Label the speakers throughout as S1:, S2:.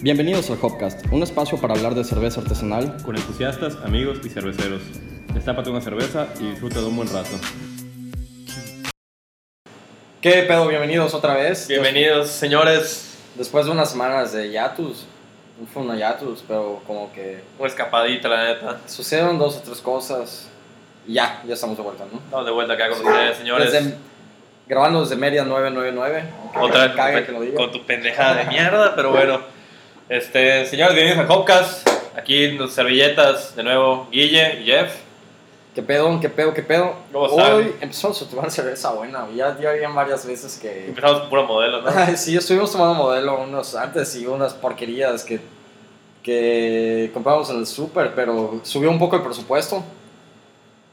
S1: Bienvenidos al Hopcast, un espacio para hablar de cerveza artesanal.
S2: con entusiastas, amigos y cerveceros. Destápate una cerveza y disfruta de un buen rato.
S1: ¿Qué pedo? Bienvenidos otra vez.
S3: Bienvenidos, señores.
S1: Des- Después de unas semanas de hiatus, no fue una hiatus, pero como que
S3: Una escapadita, la neta.
S1: sucedieron dos o tres cosas y ya, ya estamos de vuelta, ¿no?
S3: Estamos de vuelta acá con ustedes, señores.
S1: Desde- grabando desde media 999. aunque
S3: Otra
S1: me
S3: vez
S1: cague
S3: con, tu-
S1: que lo diga.
S3: con tu pendejada de mierda, pero bueno. Este, señores, bienvenidos a Copcast. Aquí nos servilletas, de nuevo, Guille y Jeff.
S1: ¿Qué pedo? ¿Qué pedo? ¿Qué pedo?
S3: ¿Cómo
S1: Hoy
S3: saben?
S1: empezamos a tomar cerveza buena, güey. ya, ya habían varias veces que...
S3: Empezamos con puro modelo, ¿no?
S1: sí, estuvimos tomando modelo unos antes y unas porquerías que, que compramos en el super, pero subió un poco el presupuesto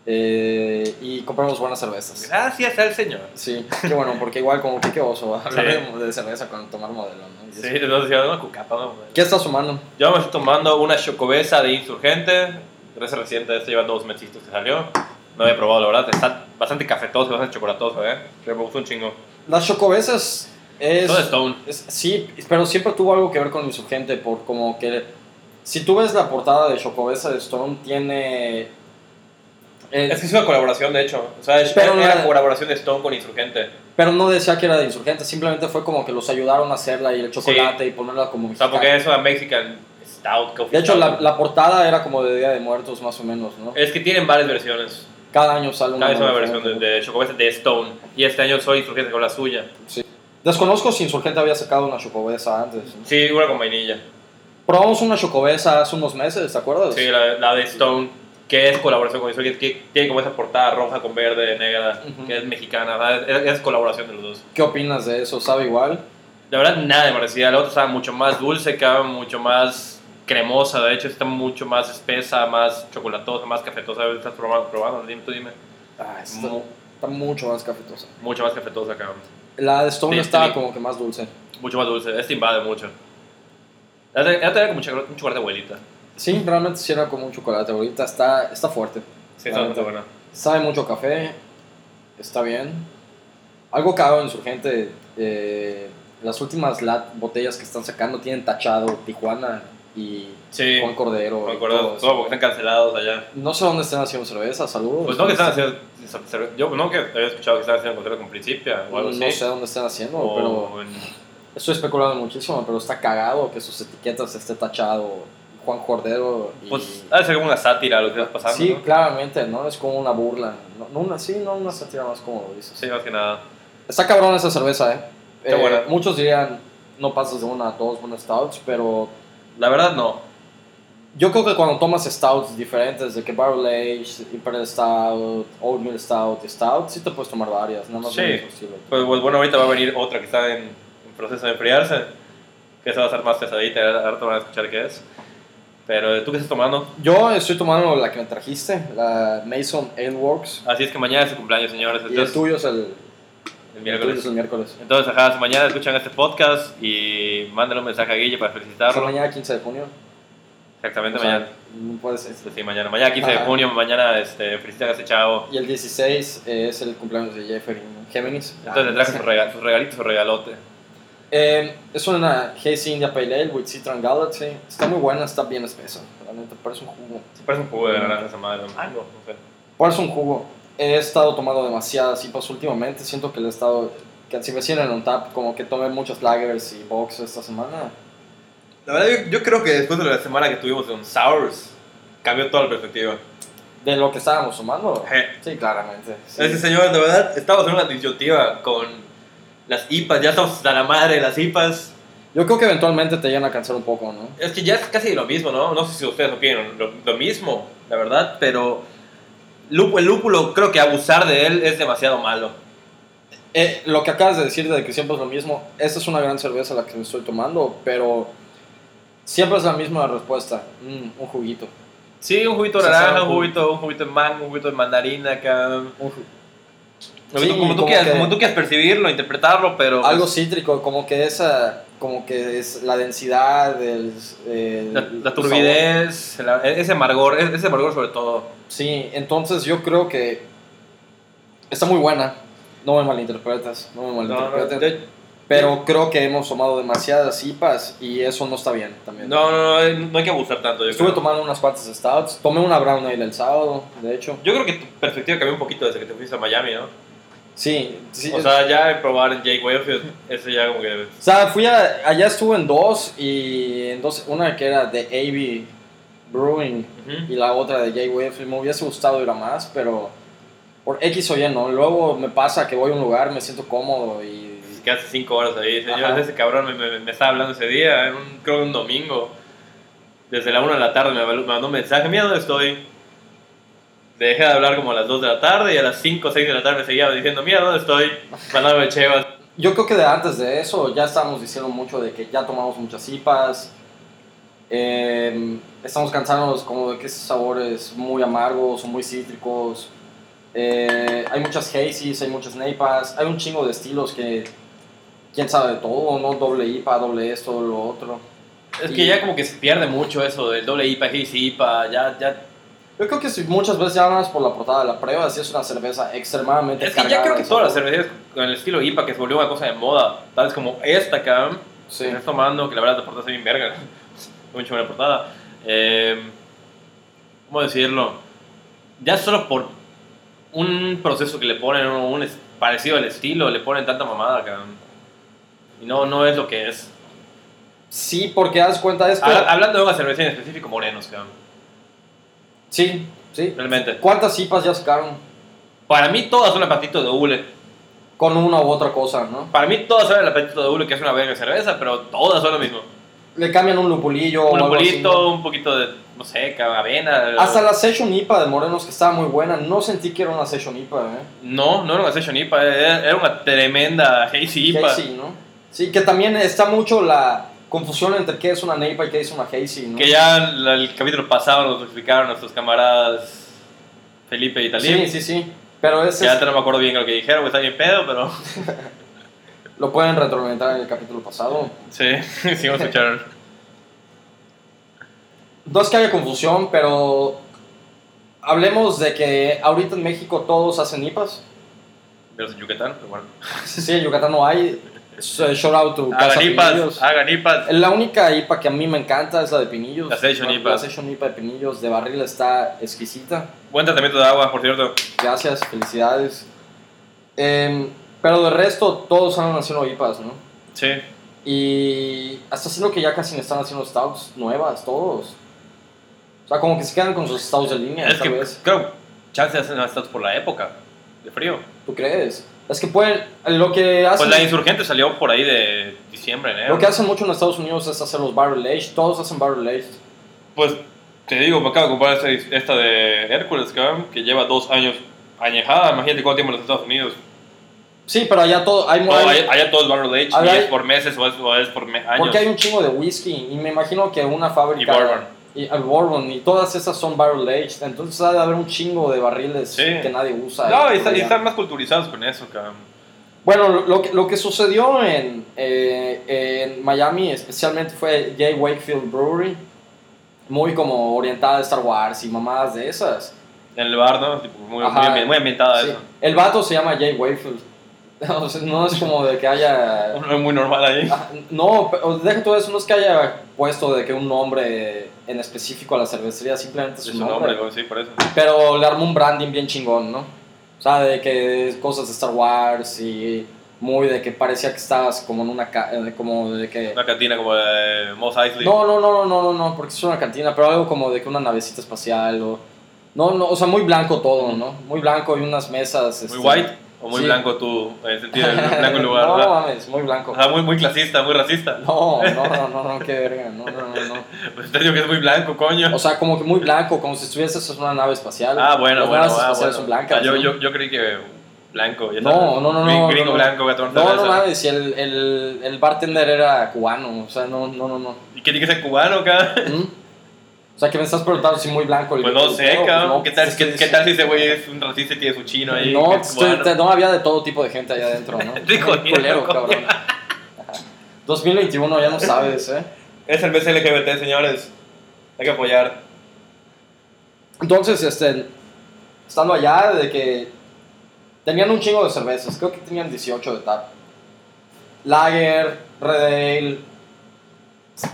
S1: eh, y compramos buenas cervezas.
S3: Gracias al señor.
S1: Sí, qué bueno, porque igual como que qué oso hablar
S3: Sí.
S1: de, de cerveza cuando tomar modelo, ¿no? Y
S3: Sí,
S1: eso.
S3: nos decían una cucapa, ¿no?
S1: ¿Qué estás sumando?
S3: Yo me estoy tomando una chocobesa de Insurgente. Gracias reciente, esto lleva dos mesitos que salió. No había probado, la verdad. Está bastante cafetoso, bastante chocolatoso, ¿eh? Me gustó un chingo.
S1: Las chocobesas es...
S3: Todo Stone.
S1: Es- sí, pero siempre tuvo algo que ver con Insurgente, por como que... Si tú ves la portada de Chocobesa de Stone, tiene... eh,
S3: Es que es una colaboración, de hecho. O sea, es
S1: Pero
S3: era
S1: la-
S3: colaboración de Stone con Insurgente.
S1: Pero no decía que era de insurgente, simplemente fue como que los ayudaron a hacerla y el chocolate y ponerla como
S3: O sea,
S1: mexicana.
S3: porque es una Mexican Stout Coffee.
S1: De hecho,
S3: Stout.
S1: la, la portada era como de Día de Muertos, más o menos, ¿no?
S3: Es que tienen varias versiones.
S1: Cada año sale una.
S3: Eh, Cada vez una
S1: nueva
S3: versión de,
S1: diferente.
S3: de Chocobesa de Stone. Y este año soy Insurgente con la suya.
S1: Desconozco si Insurgente había sacado una chocobesa antes. ¿no?
S3: Sí, una con vainilla.
S1: Probamos una chocobesa hace unos meses, ¿te acuerdas?
S3: Sí, la, la de Stone. Que es colaboración con Insurgente. Que tiene como esa portada roja con verde, negra.
S1: Ujú.
S3: Que es mexicana. ¿verdad? Es, es colaboración de los dos.
S1: ¿Qué opinas de eso? ¿Sabe igual?
S3: La verdad, nada me parecía. La otra estaba mucho más dulce, estaba mucho más cremosa. De hecho, está mucho más espesa, más chocolatosa, más cafetosa. Estás probando, probando dime, tú dime.
S1: Ah, está,
S3: Mu-
S1: está mucho más cafetosa.
S3: mucho más cafetosa, cabrón.
S1: La de Stone
S3: Sí,
S1: estaba
S3: sí.
S1: como que más dulce.
S3: Mucho más dulce. Este invade mucho. Ya te- ya tenía como un chocolate un chocolate de abuelita.
S1: Sí, realmente sí era como un chocolate. Ahorita está, está fuerte.
S3: Sí,
S1: La
S3: está
S1: neta.
S3: muy buena.
S1: Sabe mucho a café, está bien. Algo caro en su gente. las últimas lat- botellas que están sacando tienen tachado Tijuana y
S3: Sí,
S1: Juan Cordero.
S3: me
S1: y
S3: acuerdo.
S1: todo eso.
S3: Todo porque están cancelados allá.
S1: No sé dónde están haciendo cerveza, saludos.
S3: Pues no que están haciendo. Yo no que había escuchado que estaban haciendo contrato con Principia o algo
S1: No
S3: así.
S1: sé dónde están haciendo,
S3: O
S1: pero
S3: en-
S1: estoy especulando muchísimo, pero está cagado que sus etiquetas esté tachado Juan Cordero y...
S3: Pues ha de ser como una sátira a lo que está pasando.
S1: sí,
S3: ¿no?
S1: claramente, ¿no? Es como una burla. No, no una, sí, no una satira más como lo dices.
S3: Sí, más que nada.
S1: Está cabrón esa cerveza, ¿eh?
S3: Está
S1: Eh,
S3: buena.
S1: Muchos dirían, no pasas de una a dos buenas stouts, pero
S3: La verdad, no.
S1: yo creo que cuando tomas stouts diferentes, de que Barrel Age, Imperial Stout, Oatmeal Stout, Stout, sí te puedes tomar varias, nada más
S3: Sí.
S1: de un estilo.
S3: Pues, pues, bueno, ahorita va a venir otra que está en, en proceso de enfriarse, que esa va a ser más pesadita, ahorita van a escuchar qué es. Pero tú qué estás tomando.
S1: Yo estoy tomando la que me trajiste, la Mason Ale Works,
S3: Así es que mañana es su cumpleaños, señores.
S1: y el
S3: Entonces,
S1: tuyo es el,
S3: el
S1: el tuyo
S3: miércoles.
S1: es el miércoles.
S3: Entonces, ajá, si mañana escuchan este podcast y mándenle un mensaje a Guille para
S1: O sea,
S3: felicitarlo.
S1: mañana 15 de junio.
S3: Exactamente,
S1: O sea,
S3: mañana.
S1: no puede ser.
S3: Sí, mañana. Mañana 15
S1: Ajá.
S3: de junio, mañana este, felicitan a ese chavo.
S1: Y el 16 es el cumpleaños de Jeffrey ¿no? Géminis.
S3: Entonces le traje sus, rega- sus regalitos, su regalote.
S1: Eh, es una Hazy India Pale Ale with Citron Galaxy. Está muy buena, está bien espesa. La neta, parece un jugo.
S3: Sí, parece un jugo de naranja esa madre. Mango, no sé.
S1: Parece un jugo. He estado tomando demasiadas IPAs últimamente. Siento que le he estado. Que si me siguen en un tap, como que tomé muchas lagers y box esta semana.
S3: La verdad, yo, yo creo que después de la semana que tuvimos en Sours, cambió toda la perspectiva.
S1: De lo que estábamos tomando.
S3: Eh.
S1: Sí, claramente. sí.
S3: Es que, señores, de verdad, estamos en una disyuntiva con las IPAs, ya estamos a la madre de las IPAs.
S1: Yo creo que eventualmente te llegan a cansar un poco, ¿no?
S3: Es que ya es casi lo mismo, ¿no? No sé si ustedes opinan lo, lo mismo, la verdad, pero lú- el lúpulo, creo que abusar de él es demasiado malo.
S1: Eh, lo que acabas de decir de que siempre es lo mismo, esta es una gran cerveza la que me estoy tomando, pero siempre es la misma respuesta. Mm, un juguito.
S3: Sí, un juguito de
S1: Se sabe
S3: naranja, un
S1: jugo.
S3: juguito, un juguito de mango, un juguito de mandarina, acá.
S1: Un ju-
S3: Lo
S1: Sí,
S3: que tú- como, tú
S1: como
S3: quieras,
S1: que-
S3: como tú quieras percibirlo, interpretarlo, pero pues,
S1: algo cítrico, como que esa, como que es la densidad, el, el-
S3: la,
S1: el
S3: la turbidez, la- ese amargor, e, ese amargor sobre todo.
S1: sabor. Sí, entonces yo creo que está muy buena. No me malinterpretas, no me
S3: No, no,
S1: malinterpretes.
S3: de-
S1: Pero creo que hemos tomado demasiadas IPAs y eso no está bien también.
S3: No, no, no, no hay que abusar tanto. Yo
S1: Estuve
S3: creo.
S1: tomando unas cuantas stouts. Tomé una brown ale el sábado, de hecho.
S3: Yo creo que tu perspectiva cambió un poquito desde que te fuiste a Miami, ¿no?
S1: Sí, sí.
S3: O sea, ya de probar en Jake Wayfield, eso ya como que...
S1: O sea, fui a, allá estuve en dos y en dos, una que era de AB Brewing
S3: Ujú.
S1: y la otra de Jay Wave. Me hubiese gustado ir a más, pero por X o Y no. Luego me pasa que voy a un lugar, me siento cómodo y...
S3: Que hace cinco horas ahí, señores,
S1: Ajá.
S3: ese cabrón me, me- me estaba hablando ese día, en un, creo que un domingo, desde la una de la tarde me mandó- me mandó un mensaje, mira dónde estoy. Dejé de hablar como a las dos de la tarde y a las cinco o seis de la tarde me seguía diciendo, mira dónde estoy, mandándome chevas.
S1: Yo creo que de antes de eso ya estábamos diciendo mucho de que ya tomamos muchas IPAs. eh, estamos cansados como de que esos sabores muy amargos o muy cítricos. eh, hay muchas hazies, hay muchas neipas, hay un chingo de estilos que quién sabe de todo, ¿no? Doble IPA, doble esto, lo otro.
S3: Es que ya como que se pierde mucho eso del doble IPA, GC IPA, ya, ya.
S1: Yo creo que si muchas veces ya nada más por la portada de la prueba, si es una cerveza extremadamente
S3: Es que ya
S1: cargada
S3: creo que
S1: de
S3: todas las
S1: sabor.
S3: cervecerías con el estilo IPA que se volvió una cosa de moda, tal vez como esta, cabrón.
S1: Sí.
S3: que estás tomando, que la verdad te portaste bien verga. Mucho buena portada. Eh, ¿Cómo decirlo? Ya solo por un proceso que le ponen, un es- parecido al estilo, le ponen tanta mamada, cabrón. Y no, no es lo que es.
S1: sí, porque das cuenta de esto.
S3: Ha- hablando de una cerveza en específico, morenos, cabrón.
S1: sí, sí.
S3: Realmente.
S1: ¿Cuántas IPAs ya sacaron?
S3: Para mí todas son el patito de hule.
S1: con una u otra cosa, ¿no?
S3: Para mí todas son el patito de hule, que es una verga de cerveza, pero todas son lo mismo.
S1: Le cambian un lupulillo o
S3: Un
S1: algo así, ¿no?
S3: bolito, un poquito de, no sé, cabrón, avena.
S1: Hasta la Session IPA de Morenos, que estaba muy buena, no sentí que era una Session IPA, ¿eh?
S3: No, no era una Session IPA, era era una tremenda Hazy IPA.
S1: Hazy, ¿no? Sí, que también está mucho la confusión entre qué es una NEIPA y qué es una Hazy, ¿no?
S3: Que ya la- el capítulo pasado nos lo explicaron nuestros camaradas Felipe y Talib.
S1: sí, sí, sí. Pero ese
S3: Ya
S1: es-
S3: te no me acuerdo bien lo que dijeron, porque está bien pedo, pero
S1: lo pueden retroalimentar en el capítulo pasado.
S3: sí, sí me escucharon.
S1: No es que haya confusión, pero hablemos de que ahorita en México todos hacen IPAs.
S3: De los de Yucatán, pero bueno.
S1: Sí, en Yucatán no hay. So- Shout out to Casa
S3: Hagan
S1: Pinillos.
S3: IPAs, hagan IPAs.
S1: La única IPA que a mí me encanta es la de Pinillos.
S3: La Session
S1: La-
S3: IPA.
S1: La Session IPA de Pinillos de barril está exquisita.
S3: Buen tratamiento de agua, por cierto.
S1: Gracias, felicidades. Em, pero de resto, todos andan haciendo IPAs, ¿no?
S3: Sí.
S1: Y hasta siendo que ya casi me están haciendo stouts nuevas, todos. O sea, como que se quedan con sus stouts de línea,
S3: Es
S1: tal
S3: que
S1: vez.
S3: creo, chance hacen hasta por la época de frío.
S1: ¿Tú crees? Es que pueden. Lo que hacen.
S3: Pues la insurgente salió por ahí de diciembre, enero.
S1: lo que hacen mucho en Estados Unidos es hacer los barrel aged. Todos hacen barrel aged.
S3: Pues te digo, me acabo de comprar esta, esta de Hércules, cabrón, que lleva dos años añejada. Imagínate cuánto tiempo en los Estados Unidos.
S1: Sí, pero allá todo. Hay,
S3: No,
S1: hay-
S3: allá, allá todo es barrel age,
S1: Ahora
S3: y es
S1: hay-
S3: por meses o es, o es por me- años.
S1: Porque hay un chingo de whisky y me imagino que una
S3: Y
S1: fábrica...
S3: bourbon.
S1: Y el bourbon y todas esas son barrel aged. Entonces ha de haber un chingo de barriles
S3: Sí.
S1: que nadie usa.
S3: No,
S1: eh,
S3: y, está- y
S1: ya.
S3: están más culturizados con eso, cabrón.
S1: Bueno, lo, lo que, lo que sucedió en, eh, en Miami especialmente fue Jay Wakefield Brewery. Muy como orientada a Star Wars y mamadas de esas.
S3: En el bar, ¿no? Tipo, muy,
S1: Ajá.
S3: muy, ambi- muy ambientada
S1: Sí.
S3: Ah, eso.
S1: El vato se llama Jay Wakefield. O sea, no es como de que haya...
S3: No es muy normal ahí.
S1: Ah, No, pero deja todo eso, no es que haya puesto de que un nombre en específico a la cervecería, simplemente
S3: Es
S1: es
S3: su
S1: un
S3: nombre,
S1: nombre.
S3: güey, sí, por eso.
S1: Pero le armó un branding bien chingón, ¿no? O sea, de que cosas de Star Wars y muy de que parecía que estabas como en una... ca- eh, como de que...
S3: Una cantina como de Mos Eisley.
S1: No, no, no, no, no, no, no, porque es una cantina, pero algo como de que una navecita espacial o... No, no, o sea, muy blanco todo, ¿no? Muy blanco y unas mesas...
S3: muy
S1: este-
S3: white o muy
S1: sí.
S3: blanco tú, en el sentido de blanco el lugar.
S1: no,
S3: ¿verdad?
S1: mames, muy blanco.
S3: O sea, muy, muy clasista, muy racista.
S1: No, no, no, no, no, qué verga, no, no, no, no.
S3: Pues te digo que es muy blanco, coño.
S1: O sea, como que muy blanco, como si estuvieses en una nave espacial.
S3: Ah, bueno,
S1: Las
S3: bueno.
S1: naves
S3: ah,
S1: espaciales
S3: bueno.
S1: son blancas.
S3: Ah, yo,
S1: ¿no?
S3: yo, yo creí que blanco. ya
S1: No,
S3: sabes.
S1: no, no, no,
S3: Gringo,
S1: no, no.
S3: blanco, voy a tomar
S1: no, no
S3: cerveza.
S1: mames, y el, el, el bartender era cubano, o sea, no, no, no, no.
S3: ¿Y qué tiene que ser cubano, cabrón?
S1: ¿Mm? O sea, que me estás preguntando si muy blanco. El,
S3: Pues no
S1: el
S3: sé,
S1: pedo,
S3: cabrón.
S1: no,
S3: ¿Qué, tal,
S1: te
S3: qué,
S1: estoy
S3: qué tal si ese
S1: diciendo.
S3: güey es un racista y tiene su chino ahí?
S1: No,
S3: que
S1: te
S3: es
S1: estoy-
S3: cubano?
S1: te- no, había de todo tipo de gente allá adentro, ¿no?
S3: Estoy
S1: Muy
S3: jodiendo,
S1: culero,
S3: coño.
S1: cabrón. 2021 ya no sabes, ¿eh?
S3: Es el mes LGBT, señores. Hay que apoyar.
S1: Entonces, este, estando allá, de que tenían un chingo de cervezas, creo que tenían 18 de tap. Lager, Red Ale,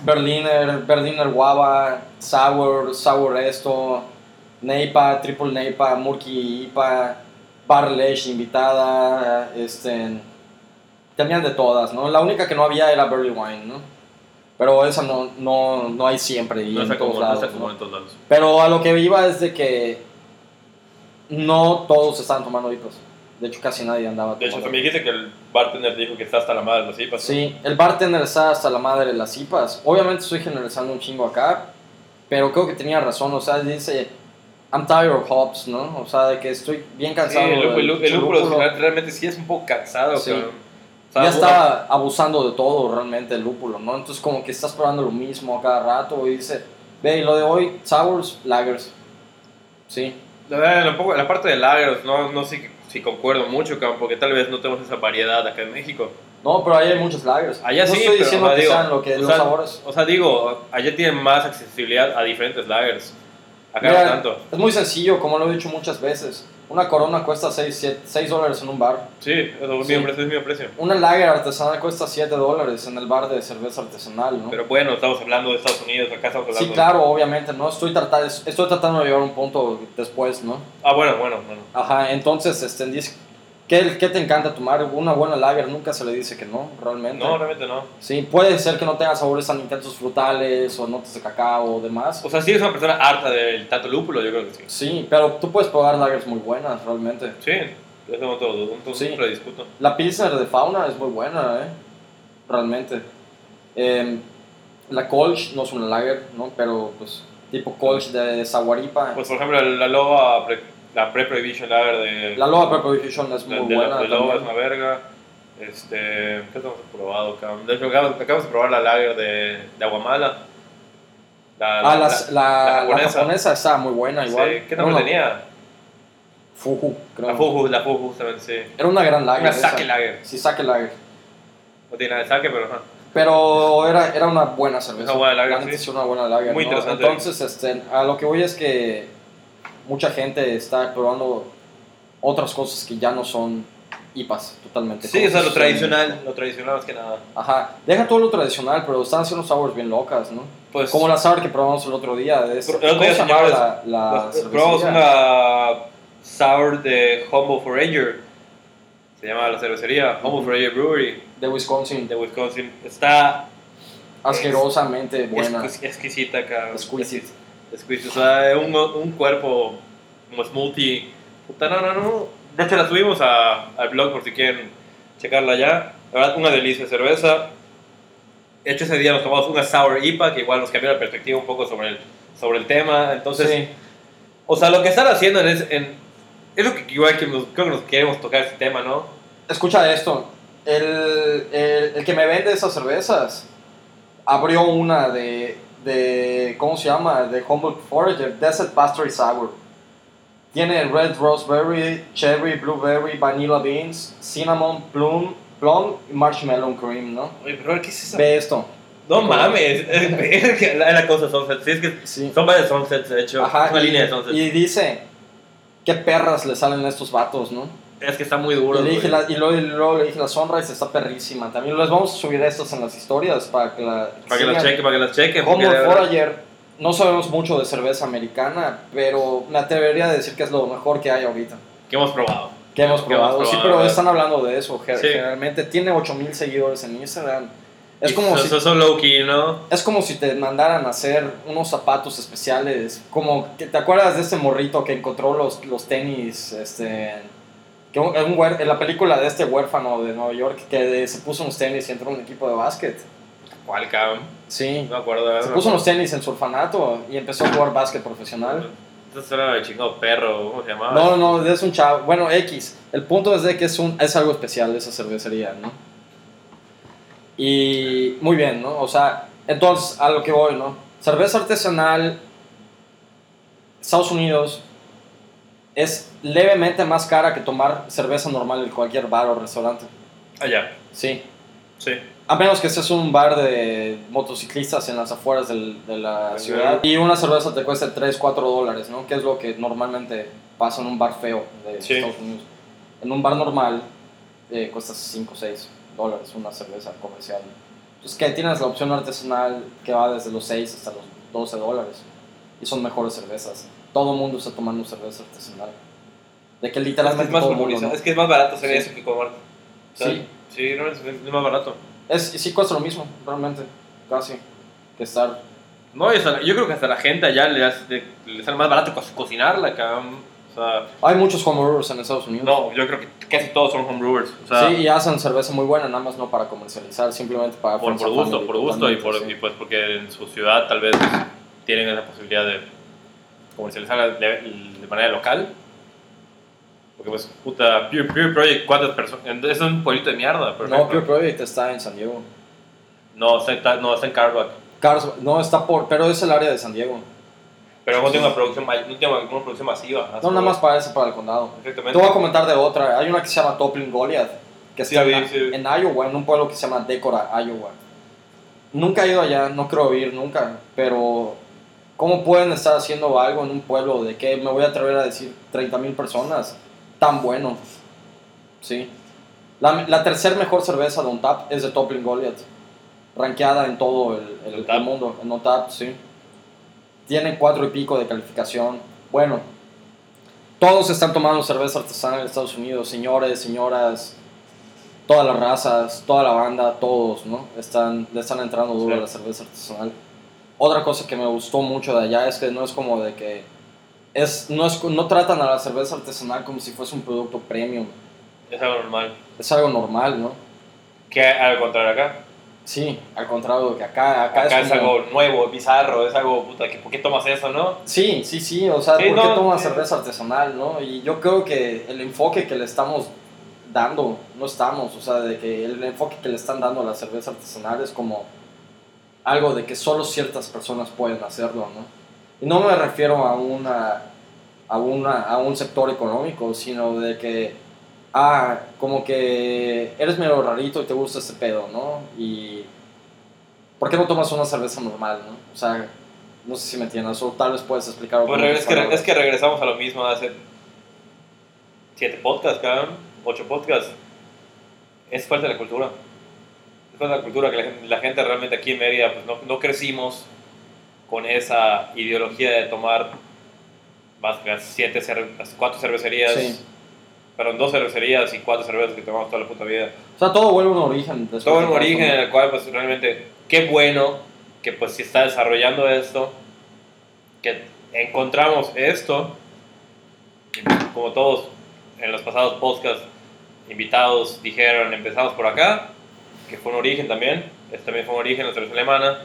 S1: Berliner, Berliner Guava, Sour, Sour Esto, Neipa, Triple Neipa, Murky IPA, Barlesh invitada, este, tenían de todas, ¿no? La única que no había era Berry Wine, ¿no? Pero esa no, no, no hay siempre y
S4: No
S1: en
S4: está
S1: todos
S4: como, no
S1: lados,
S4: está como
S1: ¿no?
S4: en todos lados.
S1: Pero a lo que iba es de que no todos estaban tomando IPAs. De hecho, casi nadie andaba
S3: De hecho,
S1: tomando.
S3: también dijiste que el bartender dijo que está hasta la madre, así pasó.
S1: Sí, el bartender está hasta la madre de las IPAs. Obviamente estoy generalizando un chingo acá, pero creo que tenía razón. O sea, dice, I'm tired of hops, ¿no? O sea, de que estoy bien
S3: Sí,
S1: cansado.
S3: el lúpulo,
S1: del
S3: el lúpulo,
S1: lúpulo.
S3: realmente sí es un poco cansado,
S1: Sí.
S3: cabrón. O sea,
S1: Ya
S3: uno-
S1: estaba abusando de todo realmente el lúpulo, ¿no? Entonces como que estás probando lo mismo a cada rato y dice, ve, y lo de hoy, sours, lagers. Sí,
S3: La, verdad, lo poco- la parte de lagros, no, no sé si concuerdo mucho, cabrón, porque tal vez no tenemos esa variedad acá en México.
S1: No, pero ahí hay muchas lagers.
S3: Allá
S1: no
S3: sí,
S1: estoy
S3: pero,
S1: diciendo
S3: o sea,
S1: que
S3: digo,
S1: sean lo que
S3: o
S1: los
S3: sea,
S1: sabores.
S3: O sea, digo, allá tienen más accesibilidad a diferentes lagers. Acá
S1: Mira,
S3: no tanto.
S1: Es muy sencillo, como lo he dicho muchas veces. Una corona cuesta 6, dólares en un bar.
S3: Sí, eso es
S1: Sí.
S3: mi precio, es mi precio.
S1: Una lager artesanal cuesta 7 dólares en el bar de cerveza artesanal, ¿no?
S3: Pero bueno, estamos hablando de Estados Unidos, acá estamos hablando
S1: sí, claro, obviamente, ¿no? Estoy tratando, estoy tratando de llevar un punto después, ¿no?
S3: Ah, bueno, bueno, bueno.
S1: Ajá, entonces, este, dice, ¿qué, qué te encanta tomar? Una buena lager nunca se le dice que no, realmente.
S3: No, realmente no.
S1: Sí, puede ser que no tenga sabores tan intensos frutales o notas de cacao o demás.
S3: O sea, sí es una persona harta del tanto lúpulo, yo creo que sí.
S1: Sí, pero tú puedes probar lagers muy buenas, realmente.
S3: Sí, eso no todo, entonces
S1: Sí.
S3: no lo discuto.
S1: La Pilsner de Fauna es muy buena, ¿eh? Realmente. Em, la Kolsch no es una lager, ¿no? Pero, pues, tipo Kolsch de Zaguaripa.
S3: Pues por ejemplo, la loba, pre- la pre-prohibition lager de...
S1: la Loa Purple Fusion es muy
S3: de, de-
S1: buena.
S3: de loba es
S1: también.
S3: una verga. Este, ¿qué estamos probado, cabrón? De hecho, acabamos, acabamos de probar la lager de, de Aguamala. La,
S1: Ah, las- la, la
S3: la
S1: japonesa.
S3: japonesa.
S1: está muy buena
S3: sí,
S1: igual.
S3: ¿Qué
S1: No,
S3: nombre
S1: no,
S3: tenía?
S1: Fuju, creo.
S3: La Fuju, la Fuju, justamente, sí.
S1: Era una gran lager.
S3: Una
S1: esa.
S3: sake lager.
S1: Sí, sake lager.
S3: No tiene nada de sake, pero ajá.
S1: Pero era, era una buena cerveza.
S3: Una buena lager,
S1: La neta
S3: sí.
S1: sí, una buena lager.
S3: Muy
S1: ¿no?
S3: interesante.
S1: Entonces, este, a lo que voy es que mucha gente está probando otras cosas que ya no son IPAs totalmente.
S3: Sí, o sea,
S1: Cosas
S3: lo
S1: que son-
S3: tradicional, lo tradicional más que nada.
S1: Ajá. Deja todo lo tradicional, pero están haciendo sours bien locas, ¿no?
S3: Pues,
S1: Como la sour que probamos el otro día. De este-
S3: El otro
S1: ¿Cómo
S3: día,
S1: se llamaba la,
S3: señores,
S1: la
S3: Nos-
S1: cervecería?
S3: probamos una sour de Humble Forager. Se llama la cervecería Humble Forager Brewery
S1: De Wisconsin.
S3: de Wisconsin. Está
S1: asquerosamente buena.
S3: exquis- exquisita, cabrón.
S1: Exquisite.
S3: Exquisita. O sea, un, un cuerpo como smoothie. Puta, no, no, no. De hecho, la subimos a- al blog por si quieren checarla ya. La verdad, una delicia de cerveza. De hecho, ese día nos tomamos una sour IPA que igual nos cambió la perspectiva un poco sobre el, sobre el tema. Entonces,
S1: sí.
S3: o sea, lo que están haciendo en es, en, es lo que igual que nos, creo que nos queremos tocar este tema, ¿no?
S1: Escucha esto. El, el- el que me vende esas cervezas abrió una de, de ¿cómo se llama? De Humboldt Forager, Desert Pastry Sour. Tiene red raspberry, cherry, blueberry, vanilla beans, cinnamon, plum, plum y marshmallow cream, ¿no?
S3: Oye, pero ¿qué es esa?
S1: Ve esto.
S3: no mames, es que la, la cosa sunset. Sí, es que
S1: Sí.
S3: son varias sunsets, de hecho.
S1: Ajá,
S3: es una
S1: y-
S3: línea de sunsets.
S1: Y dice, qué perras le salen a estos vatos, ¿no?
S3: es que está muy duro.
S1: Y, le dije
S3: güey.
S1: la- y luego, y luego le dije, la Sunrise está perrísima. También les vamos a subir estas en las historias para que la...
S3: para que
S1: sigan.
S3: las chequen, para que las chequen.
S1: Como
S3: porque de verdad-
S1: Forager, no sabemos mucho de cerveza americana, pero me atrevería a decir que es lo mejor que hay ahorita.
S3: que hemos probado.
S1: Que hemos
S3: Que hemos
S1: probado. sí,
S3: probado,
S1: pero
S3: ¿verdad?
S1: están hablando de eso. ge-
S3: Sí.
S1: Generalmente tiene 8000 seguidores en Instagram. Es
S3: Y
S1: como,
S3: son,
S1: si,
S3: son- son low key, ¿no?
S1: es como si te mandaran a hacer unos zapatos especiales. Como, que- ¿te acuerdas de ese morrito que encontró los, los tenis? Este, que un- un huer- en la película de este huérfano de Nueva York que de- se puso unos tenis y entró a un equipo de básquet.
S3: ¿Cuál, cabrón?
S1: Sí.
S3: No me acuerdo.
S1: Se
S3: no
S1: puso
S3: me
S1: unos tenis en su orfanato y empezó a jugar básquet profesional.
S3: acuerdo. Eso suena de chingado perro, ¿cómo se llamaba?
S1: No, no, no, es un chavo. Bueno, X. El punto es de que es, un, es algo especial esa cervecería, ¿no? Y muy bien, ¿no? O sea, entonces, a lo que voy, ¿no? Cerveza artesanal, Estados Unidos, es levemente más cara que tomar cerveza normal en cualquier bar o restaurante.
S3: Allá,
S1: Sí.
S3: Ah, sí.
S1: A menos que seas un bar de motociclistas en las afueras del- de la ciudad y una cerveza te cueste 3, 4 dólares, ¿no? Que es lo que normalmente pasa en un bar feo de
S3: Sí.
S1: Estados Unidos. En un bar normal eh, cuesta 5, 6. dólares una cerveza comercial. Entonces que tienes la opción artesanal que va desde los 6 hasta los 12 dólares. Y son mejores cervezas. Todo el mundo está tomando cerveza artesanal. De que
S3: Es, que
S1: literalmente
S3: es más
S1: todo el mundo,
S3: popularizado,
S1: ¿no?
S3: es que es más barato hacer
S1: Sí.
S3: eso que comer. ¿sabes?
S1: Sí,
S3: Sí, no, es, es más barato.
S1: es, y sí cuesta lo mismo, realmente, casi, que estar...
S4: No, y hasta- yo creo que hasta la gente allá le, hace, le sale más barato co- cocinarla, cabrón. O sea,
S1: Hay muchos homebrewers en Estados Unidos.
S3: No,
S4: no, yo creo que casi todos son homebrewers. O sea,
S1: sí, y hacen cerveza muy buena, nada más no para comercializar, simplemente para...
S4: por,
S1: friends
S4: por
S1: and
S4: gusto,
S1: family,
S4: por gusto y, por,
S1: totalmente,
S4: y
S1: sí.
S4: pues porque en su ciudad tal vez tienen esa posibilidad de comercializarla de, de manera local. Porque pues, puta, Pure, Pure Project, ¿cuántas personas? Es un pueblito de mierda, perfecto.
S1: No, Pure Project está en San Diego.
S4: No, está, en- no, está en Carback.
S1: Cars- no, está por... Pero es el área de San Diego.
S3: Pero no tiene una producción, ma- no tiene una producción masiva.
S1: No, nada más para eso, para el condado. Te
S3: Perfectamente.
S1: voy a comentar de otra. Hay una que se llama Toppling Goliath, que
S3: Sí,
S1: está
S3: vi,
S1: en,
S3: sí, vi.
S1: en Iowa, en un pueblo que se llama Decora, Iowa. Nunca he ido allá, no creo ir nunca, pero ¿cómo pueden estar haciendo algo en un pueblo de que me voy a atrever a decir 30 mil personas? Tan bueno. Sí. La, la tercer mejor cerveza de OnTap es de Toppling Goliath, rankeada en todo el, el-
S4: OnTap.
S1: el mundo, en OnTap, sí. Tienen cuatro y pico de calificación. Bueno, todos están tomando cerveza artesanal en Estados Unidos, señores, señoras, todas las razas, toda la banda, todos, ¿no? Están, le están entrando duro
S3: Sí.
S1: a la cerveza artesanal. Otra cosa que me gustó mucho de allá es que no es como de que... Es, no, es, no tratan a la cerveza artesanal como si fuese un producto premium.
S3: Es algo normal.
S1: Es algo normal, ¿no?
S3: Que al contrario acá.
S1: Sí, al contrario de que acá. Acá,
S3: Acá es
S1: como-
S3: algo nuevo, bizarro, es algo puta, que ¿por qué tomas eso, no?
S1: Sí, sí, sí, o sea,
S3: Sí,
S1: ¿por qué
S3: no,
S1: toma
S3: sí.
S1: cerveza artesanal, no? Y yo creo que el enfoque que le estamos dando, no estamos, o sea, de que el enfoque que le están dando a la cerveza artesanal es como algo de que solo ciertas personas pueden hacerlo, ¿no? Y no me refiero a una, a una, a un sector económico, sino de que, ah, como que eres medio rarito y te gusta este pedo, ¿no? Y, ¿por qué no tomas una cerveza normal, no? O sea, no sé si me entiendes, o tal vez puedes explicarlo.
S3: Pues
S1: con
S3: es
S1: otras
S3: que,
S1: palabras.
S3: es que regresamos a lo mismo hace siete podcasts, cabrón, ocho podcasts. Es falta de la cultura. Es falta de la cultura que la, gen- la gente realmente aquí en Mérida pues no, no crecimos con esa ideología de tomar más que las siete cerve- las cuatro cervecerías,
S1: Sí.
S3: perdón, dos cervecerías y cuatro cervezas que tomamos toda la puta vida.
S1: O sea, todo vuelve a un origen. después
S3: todo
S1: de
S3: un origen en el cual pues realmente qué bueno que pues se está desarrollando esto que encontramos esto y, pues, como todos en los pasados podcasts invitados dijeron empezamos por acá que fue un origen también este también fue un origen la cerveza alemana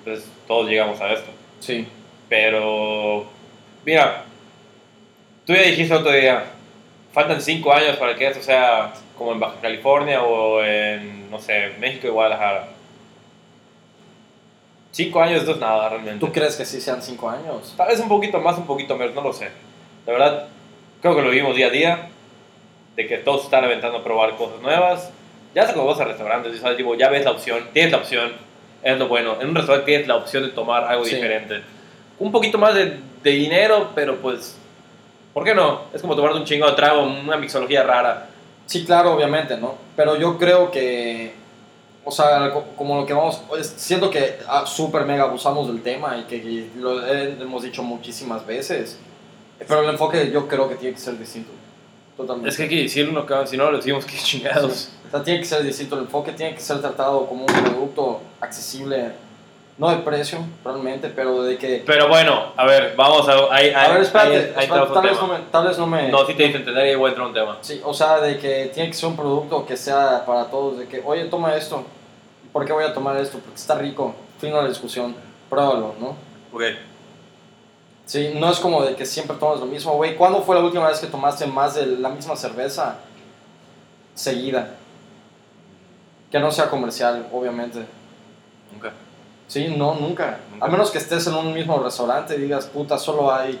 S3: entonces todos llegamos a esto
S1: Sí.
S3: pero mira tú ya dijiste otro día faltan cinco años para que esto sea como en Baja California o en, no sé, México y Guadalajara. Cinco años no es nada realmente.
S1: ¿Tú crees que sí sean cinco años?
S3: Tal vez un poquito más, un poquito menos, no lo sé. La verdad, creo que lo vivimos día a día, de que todos están aventando a probar cosas nuevas. Ya se vas a restaurantes, ¿sabes? Digo, ya ves la opción, tienes la opción, es lo bueno. En un restaurante tienes la opción de tomar algo
S1: Sí.
S3: diferente. Un poquito más de, de dinero, pero pues, ¿por qué no? Es como tomarte un chingo de trago, una mixología rara.
S1: Sí, claro, obviamente, ¿no? Pero yo creo que, o sea, co- como lo que vamos, es- siento que ah, súper mega abusamos del tema y que y lo he- hemos dicho muchísimas veces, pero el enfoque yo creo que tiene que ser distinto. Totalmente.
S4: Es que hay que decirlo, cabrón, si no lo decimos, qué chingados.
S1: O sea, tiene que ser distinto el enfoque, tiene que ser tratado como un producto accesible, no de precio realmente, pero de que...
S3: Pero bueno, a ver, vamos a... Ahí,
S1: A
S3: ahí-
S1: ver, espérate,
S3: ahí- ahí
S1: espérate,
S3: entramos a
S1: tal,
S3: un
S1: vez no
S3: tema.
S1: me, tal vez no me...
S3: No, sí te hice entender y ahí voy a entrar a un tema.
S1: Sí, o sea, de que tiene que ser un producto que sea para todos, de que, oye, toma esto. ¿Por qué voy a tomar esto? Porque está rico. Fin de la discusión. Pruébalo, ¿no?
S3: Ok.
S1: Sí, no es como de que siempre tomas lo mismo, güey. ¿Cuándo fue la última vez que tomaste más de la misma cerveza seguida? Que no sea comercial, obviamente.
S3: Nunca.
S1: Sí, no, nunca.
S3: Nunca.
S1: A menos que estés en un mismo restaurante y digas, puta, solo hay.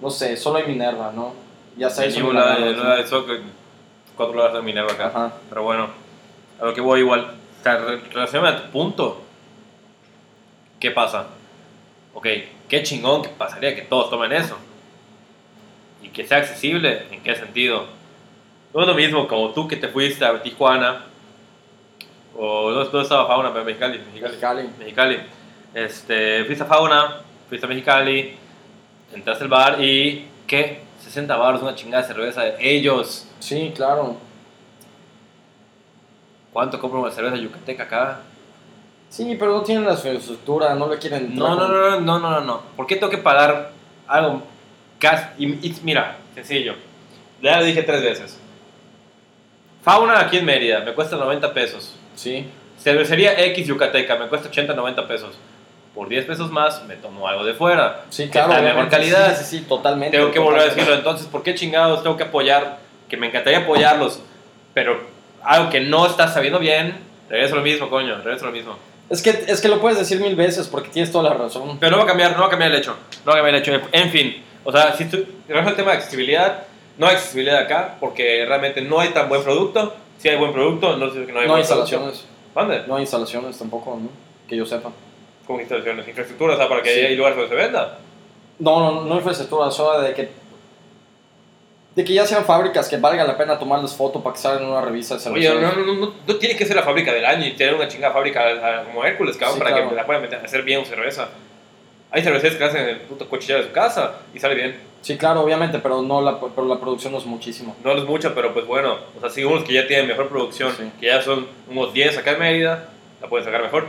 S1: No sé, solo hay Minerva, ¿no? Ya sabes.
S3: Llevo la de la de soccer, cuatro horas de Minerva acá.
S1: Ajá.
S3: Pero bueno, a lo que voy igual. O sea, re- relacioname a tu punto. ¿Qué pasa? Ok, qué chingón que pasaría que todos tomen eso. Y que sea accesible, ¿en qué sentido? No es lo mismo como tú que te fuiste a Tijuana. O no, no estaba Fauna, pero Mexicali. Mexicali.
S1: Mexicali.
S3: Mexicali. Este, fuiste a Fauna, fuiste a Mexicali, entraste al bar y. ¿Qué? 60 baros, una chingada de cerveza de ellos.
S1: Sí, claro.
S3: ¿Cuánto compro una cerveza yucateca acá?
S1: Sí, pero no tienen la infraestructura, no le quieren.
S3: No, no, no, no, no, no, no, no. ¿Por qué tengo que pagar algo? Gas. Y, y mira, sencillo. Ya lo dije tres veces. Fauna aquí en Mérida me cuesta 90 pesos.
S1: Sí,
S3: Cervecería X Yucateca me cuesta 80, 90 pesos. Por 10 pesos más me tomo algo de fuera.
S1: sí,
S3: Que
S1: claro.
S3: está de mejor
S1: obviamente,
S3: calidad.
S1: Sí, sí, sí, totalmente.
S3: Tengo que volver a
S1: totalmente.
S3: decirlo. Entonces, ¿por qué chingados tengo que apoyar? Que me encantaría apoyarlos, pero algo que no está sabiendo bien, regreso lo mismo, coño, regreso lo mismo.
S1: Es que, es que lo puedes decir mil veces porque tienes toda la razón.
S3: Pero no va a cambiar, no va a cambiar el hecho. No va a cambiar el hecho. En fin, o sea, si tú, regreso al tema de accesibilidad, no hay accesibilidad acá porque realmente no hay tan buen producto. Si hay buen producto, no sé que no hay
S1: No hay
S3: buen producto.
S1: instalaciones.
S3: ¿Dónde?
S1: No hay instalaciones tampoco, ¿no? Que yo sepa.
S3: Con instalaciones, infraestructura, o sea, para que
S1: Sí.
S3: haya lugares donde se venda.
S1: No, no, no infraestructura, solo de que. De que ya sean fábricas que valga la pena tomarles foto para que salgan en una revista de
S3: Oye, no,
S1: cerveceros.
S3: no, no, no, no tiene que ser la fábrica del año y tener una chingada fábrica ah, como Hércules, cabrón,
S1: Sí,
S3: para
S1: claro.
S3: que la puedan meter- hacer bien cerveza. Hay cervecerías que hacen el puto cuchillo de su casa y sale bien.
S1: Sí, claro, obviamente, pero no la, pero la producción no es muchísimo.
S3: No es mucha, pero pues bueno, o sea, si unos que ya tienen mejor producción,
S1: Sí.
S3: que ya son unos 10 acá en Mérida, la pueden sacar mejor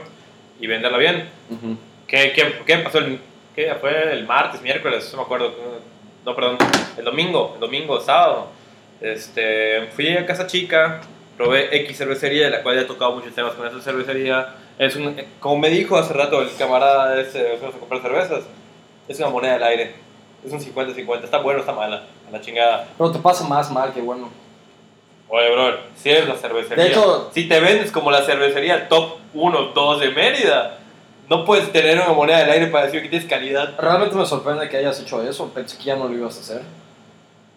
S3: y venderla bien.
S1: Ujú.
S3: ¿Qué, qué, qué pasó? El, ¿Qué fue el martes, miércoles? No me acuerdo. No, perdón, el domingo, el domingo, sábado. Este, fui a Casa Chica, probé X cervecería, de la cual ya he tocado muchos temas con esa cervecería. Es un, como me dijo hace rato el camarada, es, eh, fuimos a comprar cervezas, es una moneda del aire. Es un 50-50, está bueno, está mala, a la chingada.
S1: Pero te pasa más mal que bueno.
S3: Oye, brother, si eres la cervecería.
S1: De hecho-
S3: si te vendes como la cervecería top 1 2 de Mérida, no puedes tener una moneda del aire para decir que tienes calidad.
S1: Realmente me sorprende que hayas hecho eso. Pensé que ya no lo ibas a hacer.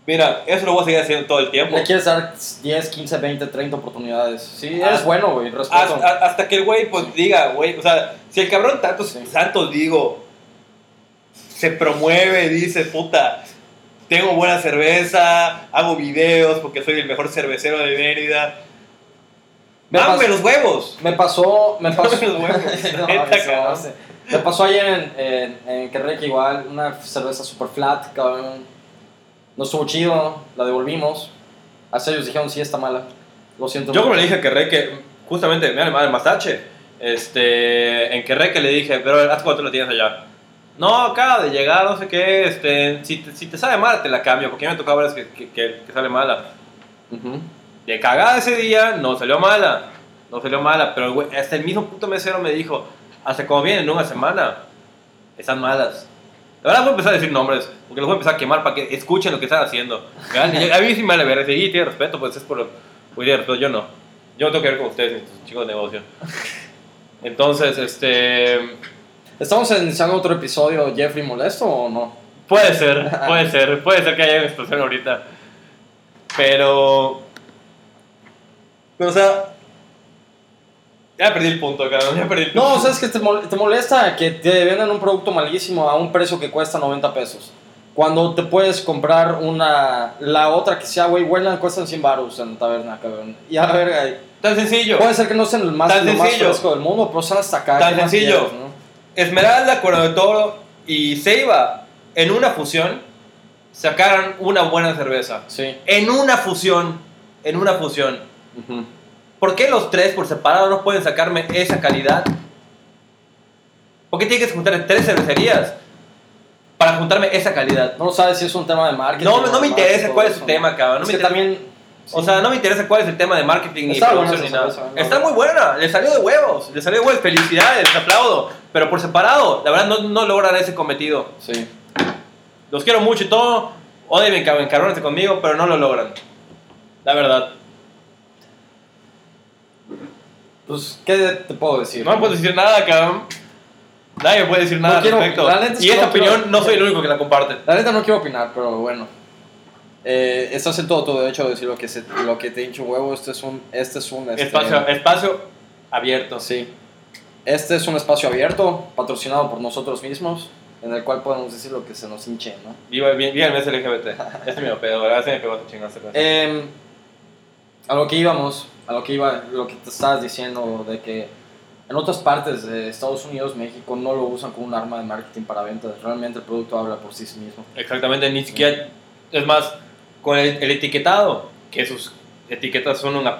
S3: Mira, eso lo voy a seguir haciendo todo el tiempo.
S1: Le quieres dar 10, 15, 20, 30 oportunidades. Sí,
S3: Ah.
S1: es bueno, güey. Respeto.
S3: Hasta, hasta que el güey pues diga, güey, o sea, si el cabrón tantos
S1: Sí.
S3: santos digo se promueve, dice, puta, tengo buena cerveza, hago videos porque soy el mejor cervecero de Mérida.
S1: Me pas-
S3: ¡Mámame los huevos!
S1: Me pasó, me pasó.
S3: Los huevos.
S1: No,
S3: Neta,
S1: eso,
S3: cabrón.
S1: sí. me pasó ayer en, en, en Quebec igual, una cerveza super flat, cabrón. No estuvo chido, la devolvimos. Hasta ellos dijeron, sí, está mala. Lo siento.
S3: Yo
S1: mucho.
S3: como le dije a Kerré que justamente me animaba el Mastache, este, en Kerré que le dije, pero ¿hace cuánto la tienes allá? No, acaba de llegar, no sé qué, este, si te, si te sale mal te la cambio, porque a mí me tocaba varias que, que, que- que sale mala.
S1: Ujú.
S3: De cagada ese día, no salió mala, no salió mala, pero el güey- hasta el mismo puto mesero me dijo, hasta como vienen en una semana, están malas. La verdad voy a empezar a decir nombres, porque los voy a empezar a quemar para que escuchen lo que están haciendo. Ya, ya, A mí sí me vale ver, y tiene respeto, pues es por... Muy bien, pero yo no. Yo no tengo que ver con ustedes, ni tus chicos de negocio. Entonces, este...
S1: ¿Estamos iniciando otro episodio, Jeffrey molesto o no?
S3: Puede ser, puede ser, puede ser que haya una explosión ahorita. Pero... Pero, o sea... Ya perdí el punto, cabrón, ya perdí el punto.
S1: No, o sea, es que te, mol- te molesta que te vendan un producto malísimo a un precio que cuesta 90 pesos. Cuando te puedes comprar una, la otra que sea, güey, buena, cuestan 100 baros en la taberna, cabrón. Y a la verga, y-
S3: Tan sencillo.
S1: Puede ser que no sean el más,
S3: Tan
S1: lo más
S3: sencillo.
S1: fresco del mundo, pero están hasta acá.
S3: Tan
S1: ¿qué más
S3: sencillo.
S1: quieres, no?
S3: Esmeralda, Cuerno de Toro y Ceiba, en una fusión, sacaron una buena cerveza.
S1: Sí.
S3: En una fusión, en una fusión.
S1: ujú.
S3: ¿Por qué los tres por separado no pueden sacarme esa calidad? ¿Por qué tienen que juntar tres cervecerías para juntarme esa calidad?
S1: No sabes si es un tema de marketing.
S3: No,
S1: o
S3: no
S1: de
S3: me
S1: más,
S3: interesa
S1: todo
S3: cuál es su
S1: eso,
S3: tema, cabrón. No
S1: Es
S3: me
S1: que
S3: interesa-
S1: también.
S3: O sea, no me interesa cuál es el tema de marketing ni
S1: Está buena
S3: producción ni
S1: esa
S3: nada.
S1: cerveza, ¿no?
S3: Está muy buena, le salió de huevos, le salió de huevos, felicidades, te aplaudo. Pero por separado, la verdad no, no logran ese cometido.
S1: Sí.
S3: Los quiero mucho y todo, odienme, cab- encabrónense conmigo, pero no lo logran. La verdad.
S1: Pues, ¿qué te puedo decir?
S3: No pues, me puedes decir nada, cabrón. Nadie me puede decir nada al
S1: quiero-
S3: respecto.
S1: la neta es
S3: Y
S1: que
S3: esta
S1: no
S3: opinión
S1: quiero-
S3: no soy el único que la comparte.
S1: La neta no quiero opinar, pero bueno. Eh, estás en todo tu derecho de decir lo que, se, lo que te hincho huevo. Este es un. Este es un este-
S3: Espacio, espacio abierto.
S1: Sí. Este es un espacio abierto, patrocinado por nosotros mismos, en el cual podemos decir lo que se nos hinche, ¿no?
S3: Este Viva, vi- viva el mes LGBT. Ese me lo este pedo, ¿verdad? Ese me pegó esa chingada cerveza.
S1: Em, a lo que íbamos, a lo que iba, lo que te estabas diciendo de que en otras partes de Estados Unidos, México, no lo usan como un arma de marketing para ventas. Realmente el producto habla por sí mismo.
S3: Exactamente, ni siquiera. Es más, con el, el etiquetado, que sus etiquetas son una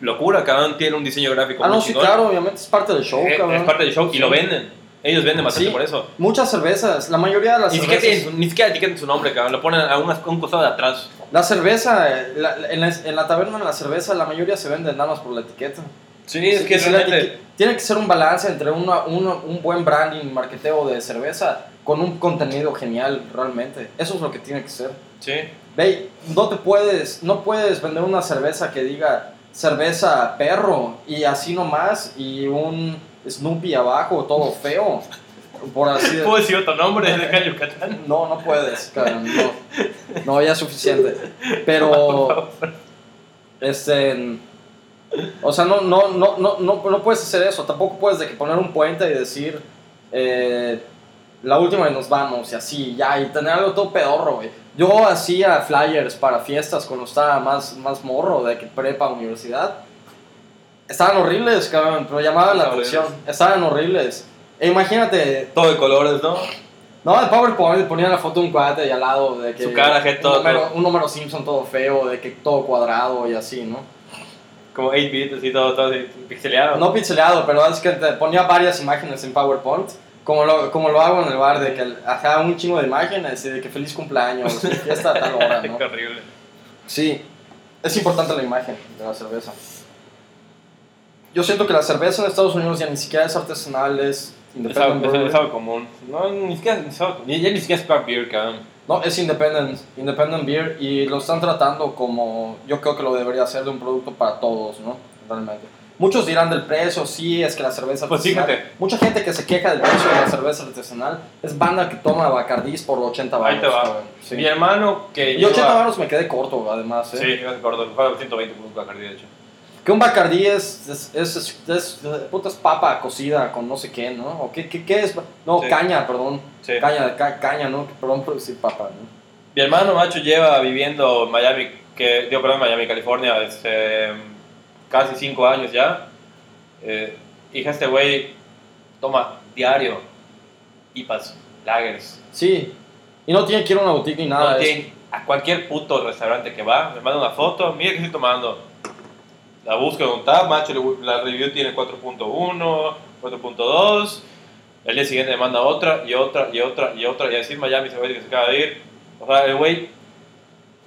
S3: locura, cada uno tiene un diseño gráfico.
S1: Ah,
S3: muy
S1: no, sí,
S3: chingón. Eh,
S1: claro, obviamente es parte del show,
S3: Es,
S1: cabrón.
S3: es parte del show y lo venden. Ellos venden bastante
S1: Sí.
S3: por eso.
S1: Muchas cervezas, la mayoría de las
S3: Ni siquiera,
S1: cervezas.
S3: tienen su- ni siquiera etiquetan su nombre, cabrón. Lo ponen a, unas- a un costado de atrás.
S1: La cerveza, eh, la- la- en, la, en la taberna la cerveza, la mayoría se vende nada más por la etiqueta.
S3: Sí, es
S1: Sí,
S3: que
S1: sí, la
S3: realmente.
S1: etiqueta- tiene que ser un balance entre una- uno- un buen branding, marketeo de cerveza con un contenido genial, realmente. Eso es lo que tiene que ser.
S3: Sí.
S1: Ve, no te puedes, no puedes vender una cerveza que diga cerveza perro y así nomás y un Snoopy abajo todo feo. Por así de-
S3: Puedo decir otro nombre de acá en Yucatán.
S1: No, no puedes, cabrón, no. No, ya es suficiente. Pero este o sea, no no no no no, no puedes hacer eso, tampoco puedes de que poner un puente y decir eh, la última y nos vamos y así, ya, y tener algo todo pedorro, güey. Yo hacía flyers para fiestas cuando estaba más, más morro, de que prepa, universidad. Estaban horribles, cabrón, pero llamaban la
S3: Estaban
S1: atención. Estaban horribles. E imagínate,
S3: Todo de colores, ¿no?
S1: no, el PowerPoint ponía la foto de un cuate y al lado de que.
S3: Su cara, gente,
S1: un
S3: todo-
S1: número, un número Simpson todo feo, de que todo cuadrado y así, ¿no?
S3: Como 8 bits, así todo, todo así, pixeleado.
S1: No pixeleado, pero es que te ponía varias imágenes en PowerPoint. Como lo, como lo hago en el bar, de que ajá, un chingo de imágenes y de que feliz cumpleaños, y fiesta a tal hora, ¿no?
S3: Qué horrible.
S1: Sí, es importante la imagen de la cerveza. Yo siento que la cerveza en Estados Unidos ya ni siquiera es artesanal, es
S3: Es algo,
S1: independent.
S3: es algo- es
S1: brewery.
S3: algo común. No, ni siquiera, ni siquiera- ni- ya ni siquiera es craft beer, cabrón.
S1: No, es independent, independent beer y lo están tratando como yo creo que lo debería ser de un producto para todos, ¿no? Realmente. Muchos dirán del precio, sí, es que la cerveza
S3: Pues
S1: artesanal.
S3: fíjate.
S1: Mucha gente que se queja del precio de la cerveza artesanal es banda que toma Bacardís por 80 baros.
S3: Ahí te va.
S1: cabrón. Sí.
S3: Mi hermano que.
S1: Y 80
S3: lleva-
S1: baros me quedé corto, además. ¿eh?
S3: Sí, yo me acuerdo, fue 120 puntos Bacardi, de hecho.
S1: Que un Bacardí es, es, es, es, es- puta, es papa cocida con no sé qué, ¿no? ¿O qué, qué, qué es? No,
S3: Sí.
S1: caña, perdón.
S3: Sí.
S1: Caña, ca- caña, ¿no? Perdón por decir papa, ¿no?
S3: Mi hermano macho lleva viviendo en Miami, que, digo, perdón, Miami, California, este, casi 5 años ya. Eh, hija, este güey toma diario IPAs, lagers.
S1: Sí. Y no tiene que ir a una boutique ni nada.
S3: No
S1: es-
S3: tiene- a cualquier puto restaurante que va, me manda una foto, mira que estoy tomando. La busco en un tab, macho, le- la review tiene 4.1, 4.2. El día siguiente me manda otra y otra y otra y otra. Y así en Miami se ve que se acaba de ir. O sea, el güey,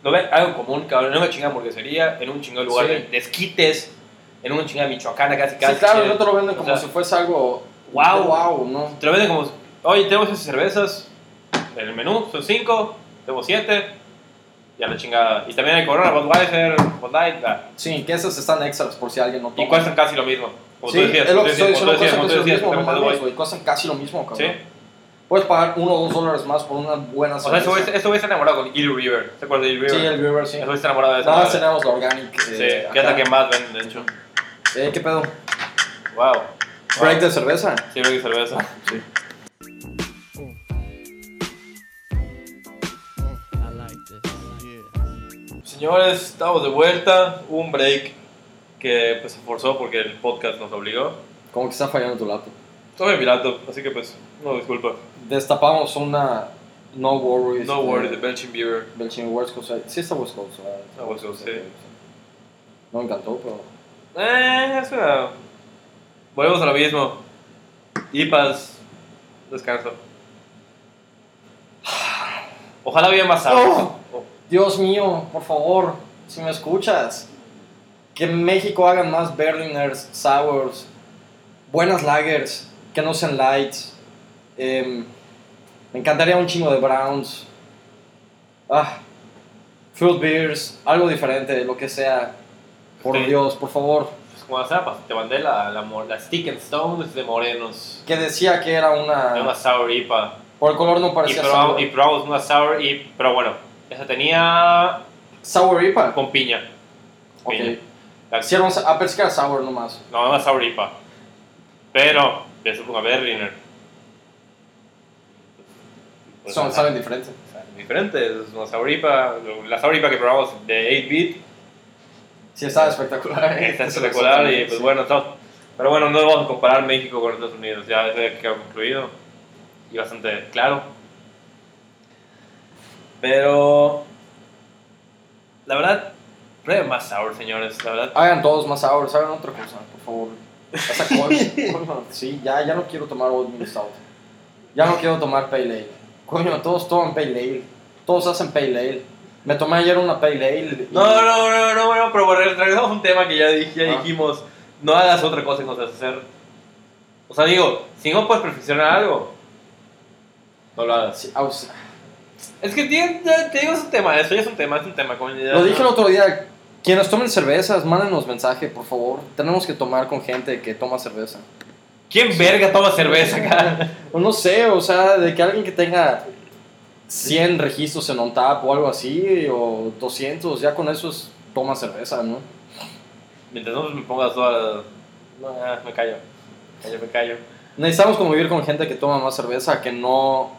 S3: lo ve algo común, cabrón. En una chingada hamburguesería, en un chingado lugar
S1: Sí.
S3: de desquites, en una chingada michoacana casi
S1: Sí,
S3: casi.
S1: claro, no te lo venden
S3: O
S1: como
S3: sea,
S1: si fuese algo.
S3: Guau.
S1: ¡Wow! ¿no?
S3: Te lo venden como, oye, tenemos esas cervezas en el menú, son cinco, tengo siete, y a la chingada. Y también hay Corona, Budweiser, Bud Light, ah,
S1: Sí, que esas están extras por si alguien no toma.
S3: y cuestan casi lo mismo. Como
S1: Sí,
S3: tú decías,
S1: es lo
S3: como
S1: que
S3: tú
S1: estoy
S3: decías, como
S1: diciendo, cuestan
S3: tú decías, como tú
S1: casi lo
S3: decías,
S1: mismo, no
S3: también te
S1: mames,
S3: doy.
S1: güey, cuestan casi lo mismo, cabrón.
S3: Sí.
S1: Puedes pagar uno o dos dólares más por una buena
S3: O sea, ese
S1: cerveza.
S3: güey ese güey está enamorado con Eel River. ¿Se acuerdas de Eel River?
S1: sí, el River, sí.
S3: Ese güey está enamorado de esa
S1: Nada más
S3: madre.
S1: tenemos la organic.
S3: Sí,
S1: eh,
S3: que es
S1: acá.
S3: la que más venden, de hecho.
S1: Eh, ¿Qué pedo?
S3: Wow.
S1: Break de cerveza.
S3: Sí, break de cerveza.
S1: Sí.
S5: I like this.
S3: Señores, estamos de vuelta. Un break que pues, se forzó porque el podcast nos obligó.
S1: Como que está fallando tu laptop.
S3: Estoy en mi laptop, así que pues, no disculpa.
S1: Destapamos una No Worries.
S3: No worries, the
S1: de
S3: Belching Beaver.
S1: Belching West Coast. Sí, está West Coast. ¿verdad?
S3: Ah, West Coast, sí.
S1: No me encantó, pero.
S3: Eh, es una... Volvemos a lo mismo. IPAS. Descanso. Ojalá hubiera más
S1: Oh.
S3: Oh, agua.
S1: Dios mío, por favor, si me escuchas, que en México hagan más Berliners, Sours, buenas lagers, que no sean lights. Em, me encantaría un chingo de Browns. Ah, fruit beers, algo diferente, lo que sea. Por
S3: Sí.
S1: Dios, por favor.
S3: Pues como las tapas, te mandé la, la, mo- la Stick and Stones de Morenos.
S1: Que decía que era
S3: De una
S1: una...
S3: Sour IPA.
S1: Por el color no
S3: Y,
S1: parecía
S3: probamos-
S1: sour.
S3: y probamos una Sour IPA. Pero bueno, esa tenía
S1: Sour IPA.
S3: con piña.
S1: Ok.
S3: Piña. La-
S1: Hicieron... Ah, pensé que era sour nomás.
S3: No, una Sour IPA. Pero, de supongo a Berliner. Pues,
S1: Son,
S3: ajá.
S1: saben diferente.
S3: diferentes. Una sauripa, la sauripa que probamos de 8-bit
S1: Sí, estaba espectacular. ¿eh?
S3: Está espectacular y pues
S1: Sí.
S3: bueno, estamos- pero bueno, no vamos a comparar México con Estados Unidos, ya eso ya quedó concluido y bastante claro. Pero la verdad, prueben más sour, señores, la verdad.
S1: Hagan todos más sours, hagan otra cosa, por favor. Hasta coño, coño, sí, ya, ya no quiero tomar Old Moon Stout. Ya no quiero tomar Pale Ale. Coño, todos toman Pale Ale. Todos hacen Pale Ale. Me tomé ayer una Pale Ale. y-
S3: No, no, no, no, no, no, pero bueno, traigamos un tema que ya, dij- ya
S1: Ah.
S3: dijimos, no hagas otra cosa que no seas hacer. O sea, digo, si no puedes perfeccionar algo, no lo hagas.
S1: Sí, ah, o sea,
S3: Es que tiene- ya te digo, es un tema, eso ya es un tema, es un tema. como ya-
S1: Lo dije el otro día. Quienes tomen cervezas, mándenos mensaje, por favor. Tenemos que tomar con gente que toma cerveza.
S3: ¿Quién verga toma cerveza acá?
S1: O Pues no sé, o sea, de que alguien que tenga 100 registros en OnTap o algo así, o 200, ya con eso es- toma cerveza, ¿no?
S3: Mientras no me pongas toda... No, ah, me callo. Me callo, me callo.
S1: Necesitamos convivir con gente que toma más cerveza, que no.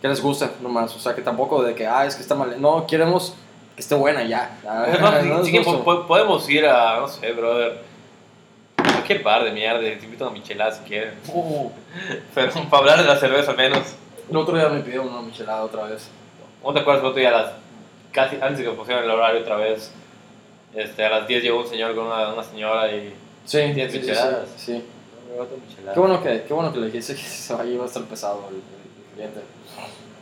S1: que les guste nomás. O sea, que tampoco de que, ah, es que está mal. No, queremos que esté buena ya. Ah,
S3: Es más,
S1: No,
S3: sí que
S1: no,
S3: po- po- podemos ir a, no sé, brother. Cualquier bar de mierda, te invito a una michelada si quieren. Pero para hablar de la cerveza al menos.
S1: El otro día me pidieron una michelada otra vez.
S3: ¿No te acuerdas el otro día a las... Casi antes de que pusieran el horario otra vez. Este, a las 10 llegó un señor con una, una señora y...
S1: Sí,
S3: ¿Tienes
S1: sí, sí,
S3: micheladas?
S1: sí, sí.
S3: Otra michelada.
S1: Qué bueno que, qué bueno que le dijiste que se va a llevar a estar pesado el- el cliente.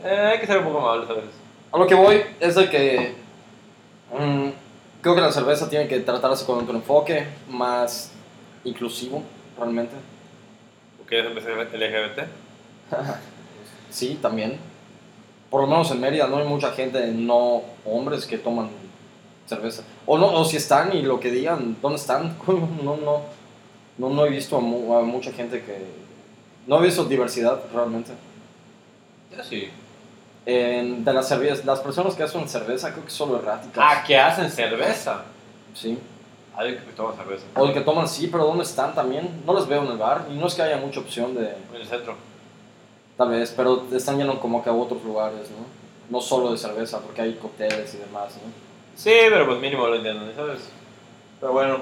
S3: Eh, hay que ser un poco amables a veces.
S1: A lo que voy es de que mm, creo que la cerveza tiene que tratarse con un enfoque más inclusivo, realmente.
S3: ¿O quieres empezar LGBT?
S1: Sí, también. Por lo menos en Mérida no hay mucha gente, no hombres, que toman cerveza. O no, o si están y lo que digan, ¿dónde están? Coño, No, no, no, no he visto a, mu- a mucha gente que... No he visto diversidad realmente.
S3: Yo sí.
S1: En- de las cervezas, las personas que hacen cerveza creo que solo erráticas.
S3: Ah, que hacen cerveza.
S1: Sí.
S3: Alguien que toma cerveza.
S1: O el que toman sí, pero ¿dónde están también? No los veo en el bar y no es que haya mucha opción de,
S3: En el centro.
S1: tal vez, pero están yendo como que a otros lugares, ¿no? No solo de cerveza, porque hay cócteles y demás, ¿no?
S3: Sí, pero pues mínimo lo entienden, ¿sabes? Pero bueno,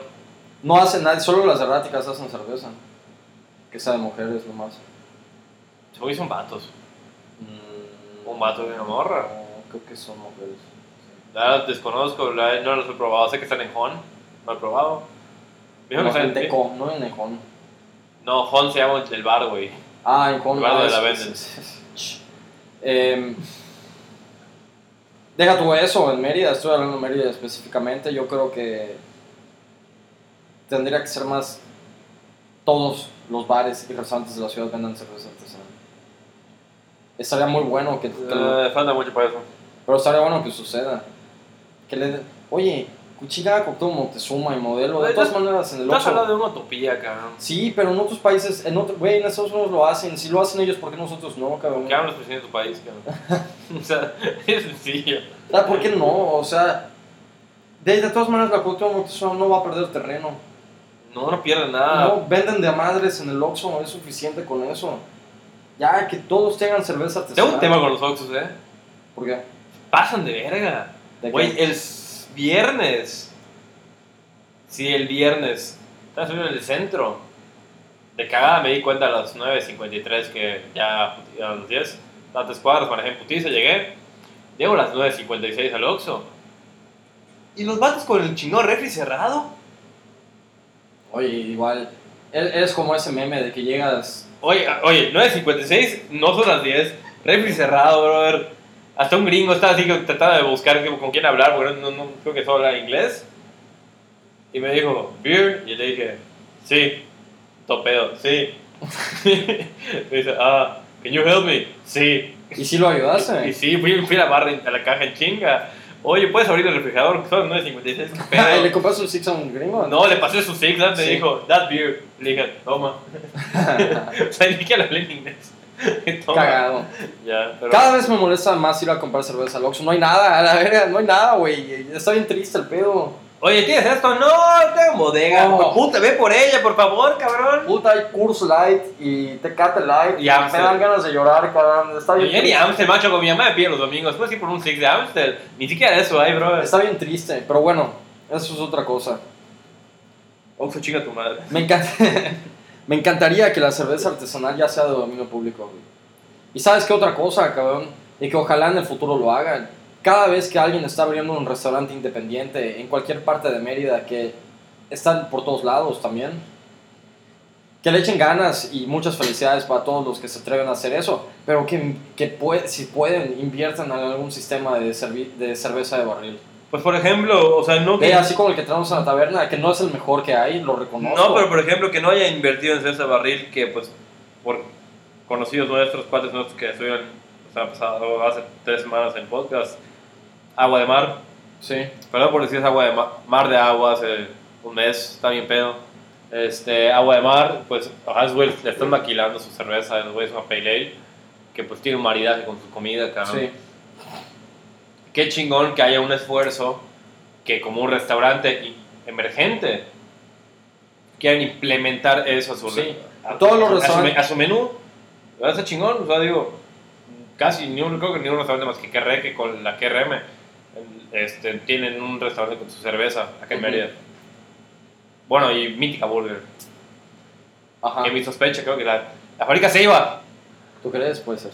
S1: No hacen nadie, solo las erráticas hacen cerveza. Que sea de mujeres nomás.
S3: supongo que son vatos.
S1: Mm,
S3: Un vato y una morra.
S1: no, creo que son mujeres.
S3: La verdad, desconozco, la verdad, no los he probado. Sé que están en Hon, no he probado. Me dijeron
S1: No,
S3: que
S1: en
S3: están en-
S1: Teco, no en Ejón.
S3: No, Hon se llama el bar, güey.
S1: Ah, en Ejón.
S3: Lugar
S1: ah,
S3: de la
S1: sí,
S3: venden.
S1: sí, sí. Em, deja tú eso, en Mérida, estoy hablando de Mérida específicamente, yo creo que tendría que ser más todos los bares y restaurantes de la ciudad vendan cerveza artesanal. Estaría muy bueno que, que lo-
S3: Eh, falta mucho para eso.
S1: pero estaría bueno que suceda. Que le de- oye, cuchilla coctú Montezuma y modelo, de
S3: Oye,
S1: todas
S3: estás-
S1: maneras en el
S3: Estás
S1: Oxxo-
S3: hablando de una utopía, cabrón.
S1: Sí, pero en otros países, en otro, güey, en Estados Unidos lo hacen, si lo hacen ellos, ¿por qué nosotros no, cabrón?
S3: ¿Qué hablan los presidentes de tu país, cabrón? o sea, es sencillo.
S1: Ah, ¿Por qué no? O sea, de, de todas maneras la cultura Montezuma no va a perder terreno.
S3: No, no pierden nada.
S1: No venden de a madres en el Oxxo, no es suficiente con eso. Ya que todos tengan cerveza
S3: Tengo
S1: artesanal.
S3: un tema con los Oxos, eh.
S1: ¿Por qué?
S3: Pasan de verga.
S1: ¿De
S3: Güey,
S1: qué?
S3: el s- viernes. Sí, el viernes. Estaba subiendo en el centro. De cagada me di cuenta a las 9.53 que ya puti- a las 10. Tantas cuadras, manejé en putiza, llegué. Llego a las 9.56 al Oxxo. Y los vatos con el chingón refri cerrado.
S1: Oye, igual, e- es como ese meme de que llegas...
S3: Oye, a- oye, 9.56 no son las 10. Refri cerrado, brother. Hasta un gringo estaba así que trataba de buscar que- con quién hablar, porque no, no creo que solo habla inglés. Y me dijo, beer. Y le dije, sí. Topeo, sí. me dice, ah, can you help me? Sí.
S1: ¿Y si lo
S3: Y
S1: ayudaste?
S3: sí, fui, fui a la barra, a la caja en chinga. Oye, ¿puedes abrir el refrigerador? Son 9.56, qué
S1: Ah, ¿Le
S3: pedo.
S1: compraste un six a un gringo?
S3: No, le pasé su sigla, me
S1: Sí.
S3: dijo, that beer. Le dije, toma. o sea, ni que le hablé en inglés. Toma.
S1: Cagado.
S3: Ya, pero.
S1: Cada vez me molesta más ir a comprar cerveza al Oxxo. No hay nada, a la verga, no hay nada, güey. Está bien triste el pedo.
S3: Oye, ¿tienes esto? No, tengo bodega.
S1: No.
S3: hijo de Puta, ve por ella, por favor, cabrón.
S1: Puta, hay Curse Light y Tecate Light.
S3: Y
S1: me
S3: Amstel.
S1: dan ganas de llorar, cabrón. Está bien,
S3: Yo ni
S1: triste.
S3: Amstel, macho, con mi mamá me pide los domingos. Pues sí, por un six de Amstel. Ni siquiera eso hay, bro.
S1: Está bien triste, pero bueno. Eso es otra cosa.
S3: Oxo, Oh, chinga tu madre.
S1: Me, encanta, me encantaría que la cerveza artesanal ya sea de dominio público, güey. ¿Y sabes qué otra cosa, cabrón? Y que ojalá en el futuro lo hagan. Cada vez que alguien está abriendo un restaurante independiente en cualquier parte de Mérida, que están por todos lados también, que le echen ganas y muchas felicidades para todos los que se atreven a hacer eso, pero que, que pue- si pueden, inviertan en algún sistema de, servi- de cerveza de barril.
S3: Pues por ejemplo, o sea, no que.
S1: Ve, así como el que tenemos en la taberna, que no es el mejor que hay, lo reconozco.
S3: No, pero por ejemplo, que no haya invertido en Cersa Barril, que pues por conocidos nuestros, cuates nuestros que estuvieron, o sea, pasado hace tres semanas en podcast, Agua de Mar,
S1: Sí.
S3: perdón por decir es Agua de Mar, Mar de Agua hace un mes, está bien pedo. Este, Agua de Mar, pues a Haswell le están maquilando su cerveza, el güey es una pale ale, que pues tiene un maridaje con su comida, cabrón.
S1: Sí.
S3: Qué chingón que haya un esfuerzo que como un restaurante i- emergente quieran implementar eso a su
S1: Sí.
S3: re- a-
S1: Todos los
S3: a su-
S1: restaurantes-
S3: a su menú. ¿Verdad? Está chingón, o sea, digo, casi ni un, creo que ni un restaurante más que KRM, que con la KRM este, tienen un restaurante con su cerveza acá en
S1: Ujú.
S3: Mérida. Bueno, y Mítica Burger,
S1: Ajá.
S3: que mi sospecha creo que la, la fábrica se iba.
S1: ¿Tú crees? Puede ser.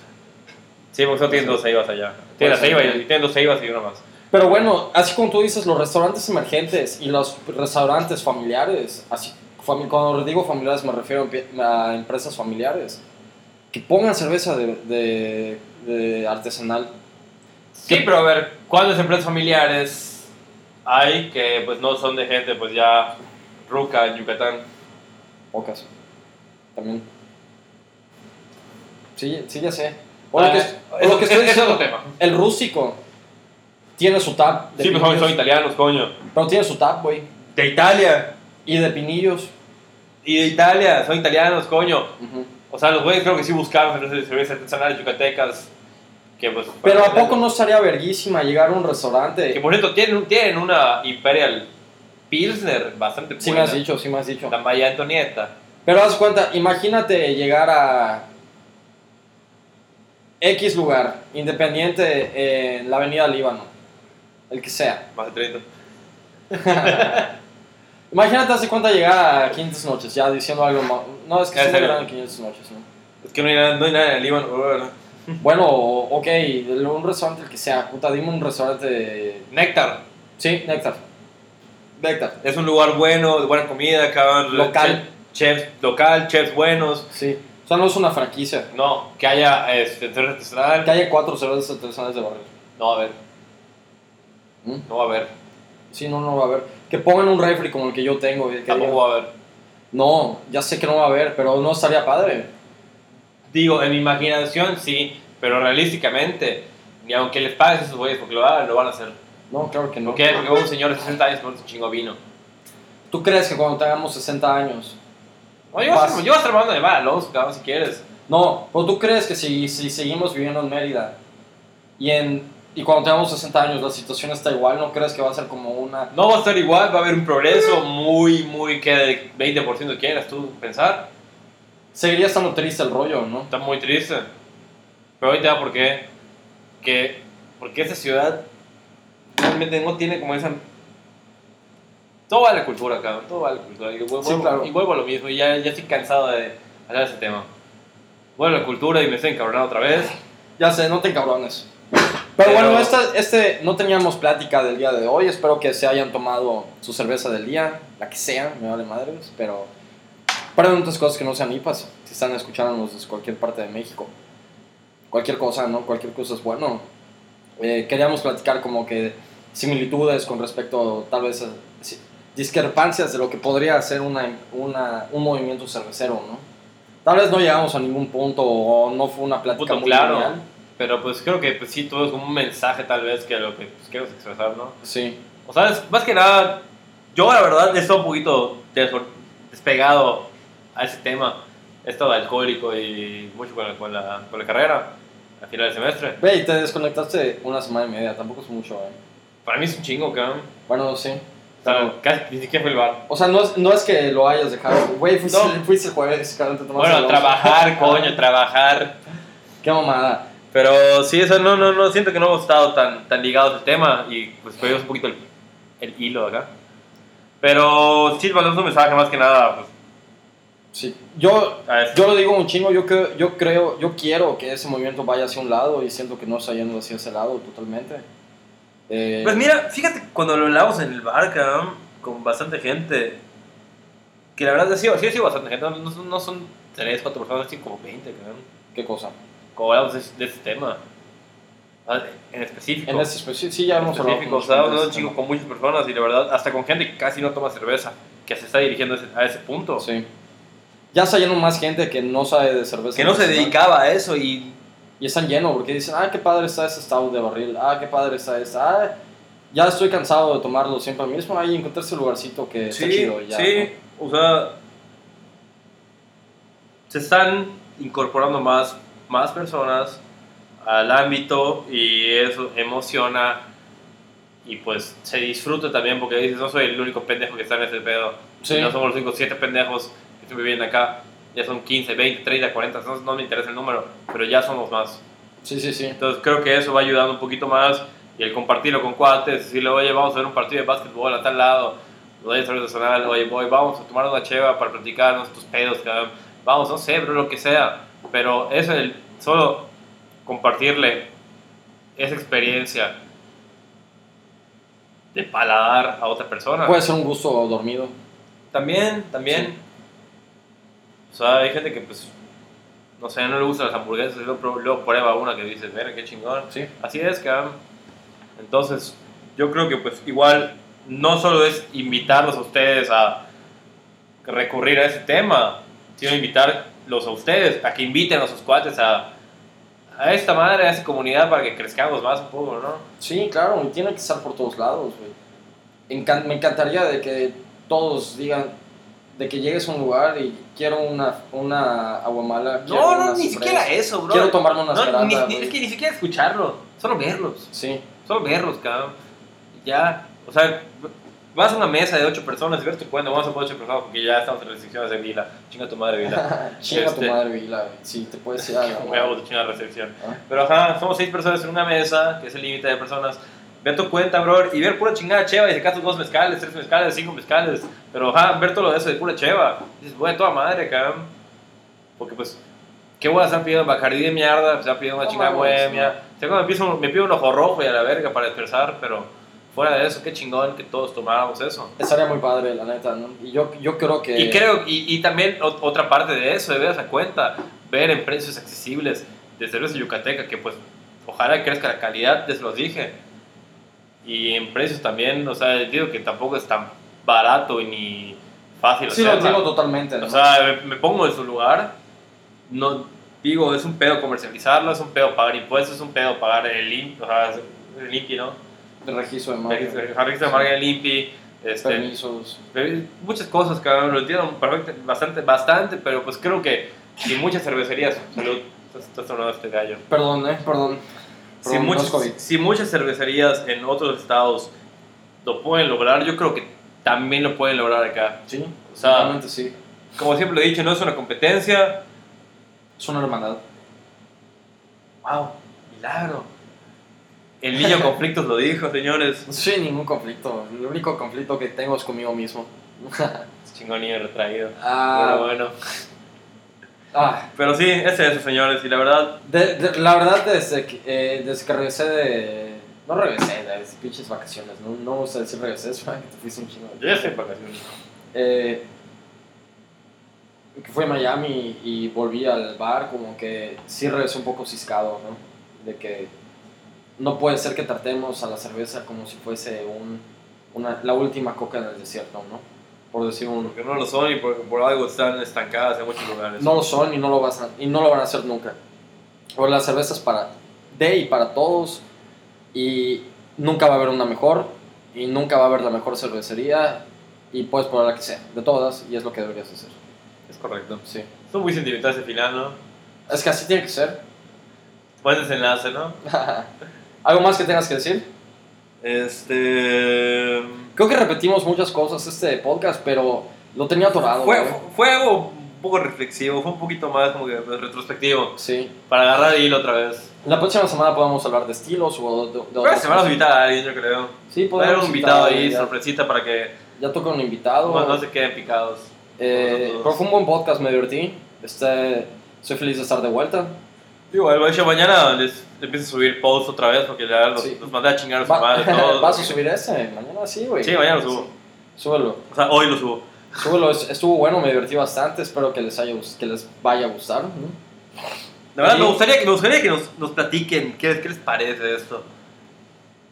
S3: Sí, porque solo tienen dos Seibas allá. Tienen
S1: Puede
S3: la
S1: ser,
S3: Seiba
S1: sí.
S3: y y tienen dos Seibas y una más.
S1: Pero bueno, así como tú dices, los restaurantes emergentes y los restaurantes familiares, así fami- cuando digo familiares me refiero a empie- a empresas familiares, que pongan cerveza de, de- de artesanal.
S3: Sí, pero a ver, ¿cuántas empresas familiares hay que pues no son de gente pues ya ruca en Yucatán?
S1: Pocas. También. Sí, sí, ya sé. O lo
S3: Bueno,
S1: que, o lo que estoy
S3: Ah, es otro
S1: diciendo,
S3: tema.
S1: el rústico tiene su tap. de
S3: Sí, pues son,
S1: pinillos,
S3: son italianos, coño.
S1: pero tiene su tap, güey.
S3: De Italia.
S1: Y de pinillos.
S3: Y de Italia, son italianos, coño.
S1: Ujú.
S3: O sea, los güeyes creo que sí buscaron cerve- cervezas artesanales yucatecas. Que pues...
S1: Pero ¿a
S3: para-
S1: poco no estaría verguísima llegar a un
S3: Que
S1: restaurante?
S3: por cierto, tienen, un- tienen una Imperial Pilsner bastante
S1: Sí me
S3: buena.
S1: has dicho, sí me has dicho.
S3: La Maya Antonieta.
S1: Pero haz cuenta, imagínate llegar a X lugar, independiente en la avenida Líbano, el que sea.
S3: Más de 30.
S1: Imagínate hace cuenta llegar a 500 noches, ya diciendo algo más. No, es que
S3: Ya,
S1: sí
S3: en serio.
S1: eran 500 noches, ¿no?
S3: Es que no hay nada, no hay nada en el Líbano, bro, ¿verdad?
S1: Bueno, ok, un restaurante el que sea, puta, dime un restaurante de...
S3: Néctar.
S1: Sí, Néctar. Néctar,
S3: Es un lugar bueno, de buena comida, cabrón.
S1: Local.
S3: Chef- chefs local, chefs buenos.
S1: sí. O sea, no es una franquicia.
S3: No, que haya este, cerveza artesanal.
S1: Que haya cuatro cervezas artesanales de barril.
S3: No va a haber.
S1: ¿Mm?
S3: No va a haber.
S1: Sí, no, no va a haber. Que pongan un refri como el que yo tengo. y que digan,
S3: Tampoco va a haber.
S1: No, ya sé que no va a haber, pero no estaría padre.
S3: Digo, en mi imaginación sí, pero realísticamente, ni aunque les pagues a esos güeyes porque lo hagan, lo van a hacer.
S1: No, claro que no.
S3: ¿Por qué? Porque un señor de 60 años no se chingó vino.
S1: ¿Tú crees que cuando tengamos 60 años?
S3: No, yo voy a
S1: Vas.
S3: ser- yo voy a ser hermano de Val Alonso, cabrón, si quieres.
S1: No, pero ¿tú crees que si, si seguimos viviendo en Mérida y, en, y cuando tengamos 60 años la situación está igual, ¿no crees que va a ser como una...
S3: No va a estar igual, va a haber un progreso muy, muy que del 20% quieras tú pensar.
S1: Seguiría estando triste el rollo, ¿no?
S3: Está muy triste. Pero ahorita por qué. Que, porque esa ciudad realmente no tiene como esa... Todo va a la cultura, cabrón. Todo va a la cultura. Y vuelvo,
S1: Sí, claro.
S3: y vuelvo a lo mismo. Y ya, ya estoy cansado de hablar de ese tema. Vuelvo a la cultura y me estoy encabronado otra vez.
S1: Ya sé, no te cabrones. Pero
S3: Pero-
S1: bueno, esta, este, no teníamos plática del día de hoy. Espero que se hayan tomado su cerveza del día, la que sea, me vale madres. Pero prueben otras cosas que no sean IPAs. Si están escuchándonos desde cualquier parte de México, cualquier cosa, ¿no? Cualquier cosa es bueno. Eh, queríamos platicar como que similitudes con respecto, tal vez, a- si- discrepancias de lo que podría ser una, una- un movimiento cervecero, ¿no? Tal vez no llegamos a ningún punto o no fue una plática
S3: Punto
S1: muy
S3: claro.
S1: lineal.
S3: Pero pues creo que pues, sí, todo es como un mensaje tal vez que lo que pues, queremos expresar, ¿no?
S1: Sí.
S3: O sea, es- más que nada, yo la verdad he estado un poquito desor- despegado a ese tema. He estado alcohólico y mucho con la, con la, con la carrera al final del semestre.
S1: Ve, y te desconectaste una semana y media, tampoco es mucho, eh.
S3: Para mí es un chingo, cabrón.
S1: Bueno, sí.
S3: O sea, casi ni siquiera fui al bar.
S1: O sea, no es, no es que lo hayas dejado. Güey, fuiste,
S3: No.
S1: fuiste el jueves, cabrón, te tomaste
S3: Bueno,
S1: el once.
S3: trabajar, coño, trabajar.
S1: Qué mamada.
S3: Pero sí, eso no, no, no, siento que no hemos estado tan, tan ligados al tema y pues perdimos un poquito el, el hilo acá. Pero sí, mandamos un mensaje más que nada. pues,
S1: Sí. Yo,
S3: a esto.
S1: yo lo digo un chingo, yo, creo- yo creo, yo quiero que ese movimiento vaya hacia un lado y siento que no está yendo hacia ese lado totalmente. Eh,
S3: Pues mira, fíjate cuando lo hablamos en el bar, cabrón, con bastante gente. Que la verdad, sí, sí, sí, bastante gente. No, no- no son 3, 4 personas, sino como 20, cabrón.
S1: ¿Qué cosa?
S3: Como hablamos de, de este tema. Ah, En específico.
S1: En ese especi- sí, ya
S3: En
S1: hemos hablado.
S3: específico,
S1: con-
S3: o sea,
S1: de
S3: hablando,
S1: ese
S3: chico,
S1: tema.
S3: con muchas personas y la verdad, hasta con gente que casi no toma cerveza, que se está dirigiendo a ese, a ese punto.
S1: Sí. Ya está lleno más gente que no sabe de cerveza.
S3: Que no se
S1: artesanal.
S3: dedicaba a eso y
S1: Y están llenos porque dicen, ah, qué padre está ese stout de barril, ah, qué padre está esta, ah, ya estoy cansado de tomarlo siempre mismo, ahí encontré ese lugarcito que
S3: Sí,
S1: está chido. y Ya,
S3: sí, o sea, se están incorporando más, más personas al ámbito y eso emociona y pues se disfruta también porque dices, no soy el único pendejo que está en este pedo,
S1: ¿no? Sí.
S3: no somos los únicos 7 pendejos que estoy viviendo acá, ya son 15, 20, 30, 40, no, no me interesa el número, pero ya somos más.
S1: sí, sí, sí.
S3: Entonces creo que eso va ayudando un poquito más y el compartirlo con cuates, decirle, oye, vamos a ver un partido de básquetbol a tal lado, oye, es nacional, oye, voy, vamos a tomar una cheva para platicar nuestros pedos, cabrón. vamos, no sé, pero lo que sea, pero eso, el solo compartirle esa experiencia de paladar a otra persona.
S1: Puede ser un gusto dormido.
S3: También, también. O sea, hay gente que, pues, no sé, no le gustan las hamburguesas y luego, pro- luego prueba una que dices, mira, qué chingón.
S1: Sí.
S3: Así es, cabrón. Entonces, yo creo que, pues, igual, no solo es invitarlos a ustedes a recurrir a ese tema, sino invitarlos a ustedes, a que inviten a sus cuates a, a esta madre, a esta comunidad para que crezcamos más un poco, ¿no?
S1: Sí, claro, y tiene que estar por todos lados, güey. Encan- me encantaría de que todos digan, de que llegues a un lugar y quiero una, una aguamala. quiero unas fresas,
S3: eso,
S1: Quiero tomarme una
S3: No,
S1: esperanza.
S3: ni- ni- es que ni siquiera escucharlo, solo verlos.
S1: Sí,
S3: Solo verlos, cabrón. Ya, o sea, vas a una mesa de ocho personas y ves tu cuenta, vamos a poner ocho personas porque ya estamos en restricciones de Vila. Chinga tu madre, Vila.
S1: chinga
S3: Este-
S1: tu madre, Vila, güey. Sí, te puedes ir a la
S3: Huevos de chinga restricción.
S1: Ah.
S3: Pero ajá, somos seis personas en una mesa, que es el límite de personas. Ve tu cuenta, bro, y ver pura chingada cheva y sacas tus dos mezcales, tres mezcales, cinco mezcales. Pero ajá, ver todo lo de eso de pura cheva. Dices, güey, toda madre, cabrón. Porque pues, ¿qué voy a estar pidiendo? Bacardí de mierda, pues, están pidiendo una
S1: No
S3: chingada
S1: mames,
S3: bohemia. O sea, cuando empiezo, me pido un ojo rojo y a la verga para expresar, pero fuera de eso, qué chingón que todos tomáramos eso.
S1: Estaría muy padre, la neta, ¿no? Y yo, yo creo que...
S3: Y creo, y, y también ot- otra parte de eso, de ver esa cuenta, ver en precios accesibles de cerveza yucateca, que pues ojalá crezca la calidad, les los dije. Y en precios también, o sea, digo que tampoco es tan barato y ni fácil.
S1: Sí, lo
S3: hacerla.
S1: digo totalmente. ¿no?
S3: O sea, me, me pongo en su lugar. No digo, es un pedo comercializarlo, es un pedo pagar impuestos, es un pedo pagar el IMPI, o sea, el IMPI, ¿no?
S1: de registro de marca,
S3: El registro de marca del IMPI, este,
S1: permisos.
S3: pero muchas cosas, cabrón, lo entiendo perfecto, bastante, bastante, pero pues creo que si muchas cervecerías, salud, estás- estás sonando este gallo.
S1: Perdón, eh, perdón.
S3: Si
S1: Perdón, no es
S3: muchas,
S1: COVID.
S3: si muchas cervecerías en otros estados lo pueden lograr, yo creo que también lo pueden lograr acá.
S1: Sí,
S3: O sea,
S1: realmente sí.
S3: como siempre lo he dicho, no es una competencia.
S1: Es una hermandad.
S3: ¡Wow! ¡Milagro! El niño conflictos lo dijo, señores.
S1: Sí, ningún conflicto. El único conflicto que tengo es conmigo mismo.
S3: Chingón niño retraído. Pero
S1: Ah,
S3: bueno.
S1: ah,
S3: Pero sí, es eso, señores. Y la verdad,
S1: de- de- la verdad, desde que, eh, desde que regresé de... No regresé de las pinches vacaciones. No, no me gusta decir regresé, es verdad que te fuiste un chingo.
S3: yo ya estoy en vacaciones.
S1: Eh, que fui a Miami y volví al bar, como que sí regresé un poco ciscado, ¿no? De que no puede ser que tratemos a la cerveza como si fuese un, una, la última coca en el desierto, ¿no? Por decir un...
S3: Porque no lo son y por, por algo están estancadas en muchos lugares.
S1: No lo son y no lo, vas a- y no lo van a hacer nunca. O las cervezas para de y para todos y nunca va a haber una mejor y nunca va a haber la mejor cervecería y puedes probar la que sea, de todas, y es lo que deberías hacer.
S3: Es correcto.
S1: Sí.
S3: Son muy sentimentales al final, ¿no?
S1: Es que así tiene que ser.
S3: Buen desenlace, ¿no?
S1: ¿Algo más que tengas que decir?
S3: Este.
S1: Creo que repetimos muchas cosas este podcast, pero lo tenía atorado.
S3: Fue,
S1: güey.
S3: fue algo un poco reflexivo, fue un poquito más como que pues, retrospectivo.
S1: Sí.
S3: Para agarrar hilo otra vez.
S1: La próxima semana podemos hablar de estilos o de, de
S3: Pero
S1: otras
S3: se van a
S1: cosas.
S3: invitar a alguien, yo creo.
S1: Sí,
S3: Va a haber
S1: podemos
S3: un invitado
S1: invitar,
S3: ahí,
S1: ya.
S3: sorpresita, para que
S1: ya toca un invitado.
S3: No, no se queden picados.
S1: Eh,
S3: no, no.
S1: pero fue un buen podcast, me divertí. Este, soy feliz de estar de vuelta.
S3: Igual, de hecho, mañana les empiezo a subir posts otra vez porque ya los,
S1: Sí.
S3: los mandé a chingar a su
S1: Va-
S3: madre. Todos.
S1: ¿Vas a subir ese? Mañana sí, güey.
S3: Sí, mañana lo subo.
S1: Súbelo.
S3: O sea, hoy lo subo.
S1: Súbelo, es- estuvo bueno, me divertí bastante. Espero que les, haya, gust- que les vaya a gustar. ¿no?
S3: La verdad,
S1: Sí.
S3: me gustaría, que- me gustaría que nos, nos platiquen qué, qué les parece esto.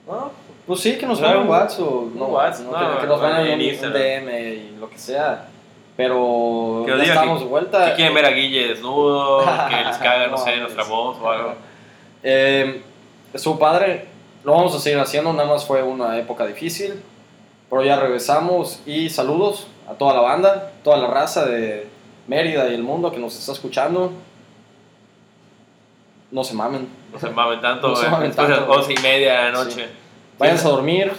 S1: No, pues sí, que nos
S3: Claro.
S1: manden un WhatsApp o no,
S3: Un WhatsApp,
S1: no, que-
S3: no,
S1: que nos
S3: no,
S1: manden
S3: en
S1: un, un
S3: Instagram.
S1: DM y lo que sea. Pero
S3: Que nos
S1: ya
S3: digan
S1: estamos de vuelta.
S3: Si quieren ver a Guille desnudo, que les caga, no,
S1: No,
S3: sé,
S1: pues.
S3: nuestra voz o algo.
S1: Eh, estuvo padre, lo vamos a seguir haciendo, nada más fue una época difícil, pero ya regresamos y saludos a toda la banda, toda la raza de Mérida y el mundo que nos está escuchando. No se mamen,
S3: No se mamen tanto,
S1: No se
S3: eh,
S1: mamen
S3: después de las
S1: tanto.
S3: once y media de la noche.
S1: váyanse a dormir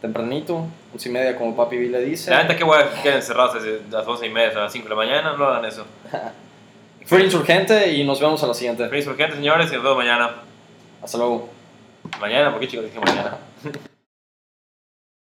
S1: tempranito, once y media como Papi B le dice.
S3: La neta, qué guay que queden encerrados desde las once y media hasta las 5 de la mañana, no hagan eso.
S1: Fue insurgente y nos vemos a la siguiente.
S3: Feliz urgente, señores, y nos vemos mañana.
S1: Hasta luego.
S3: Mañana, ¿por qué chicos dije mañana?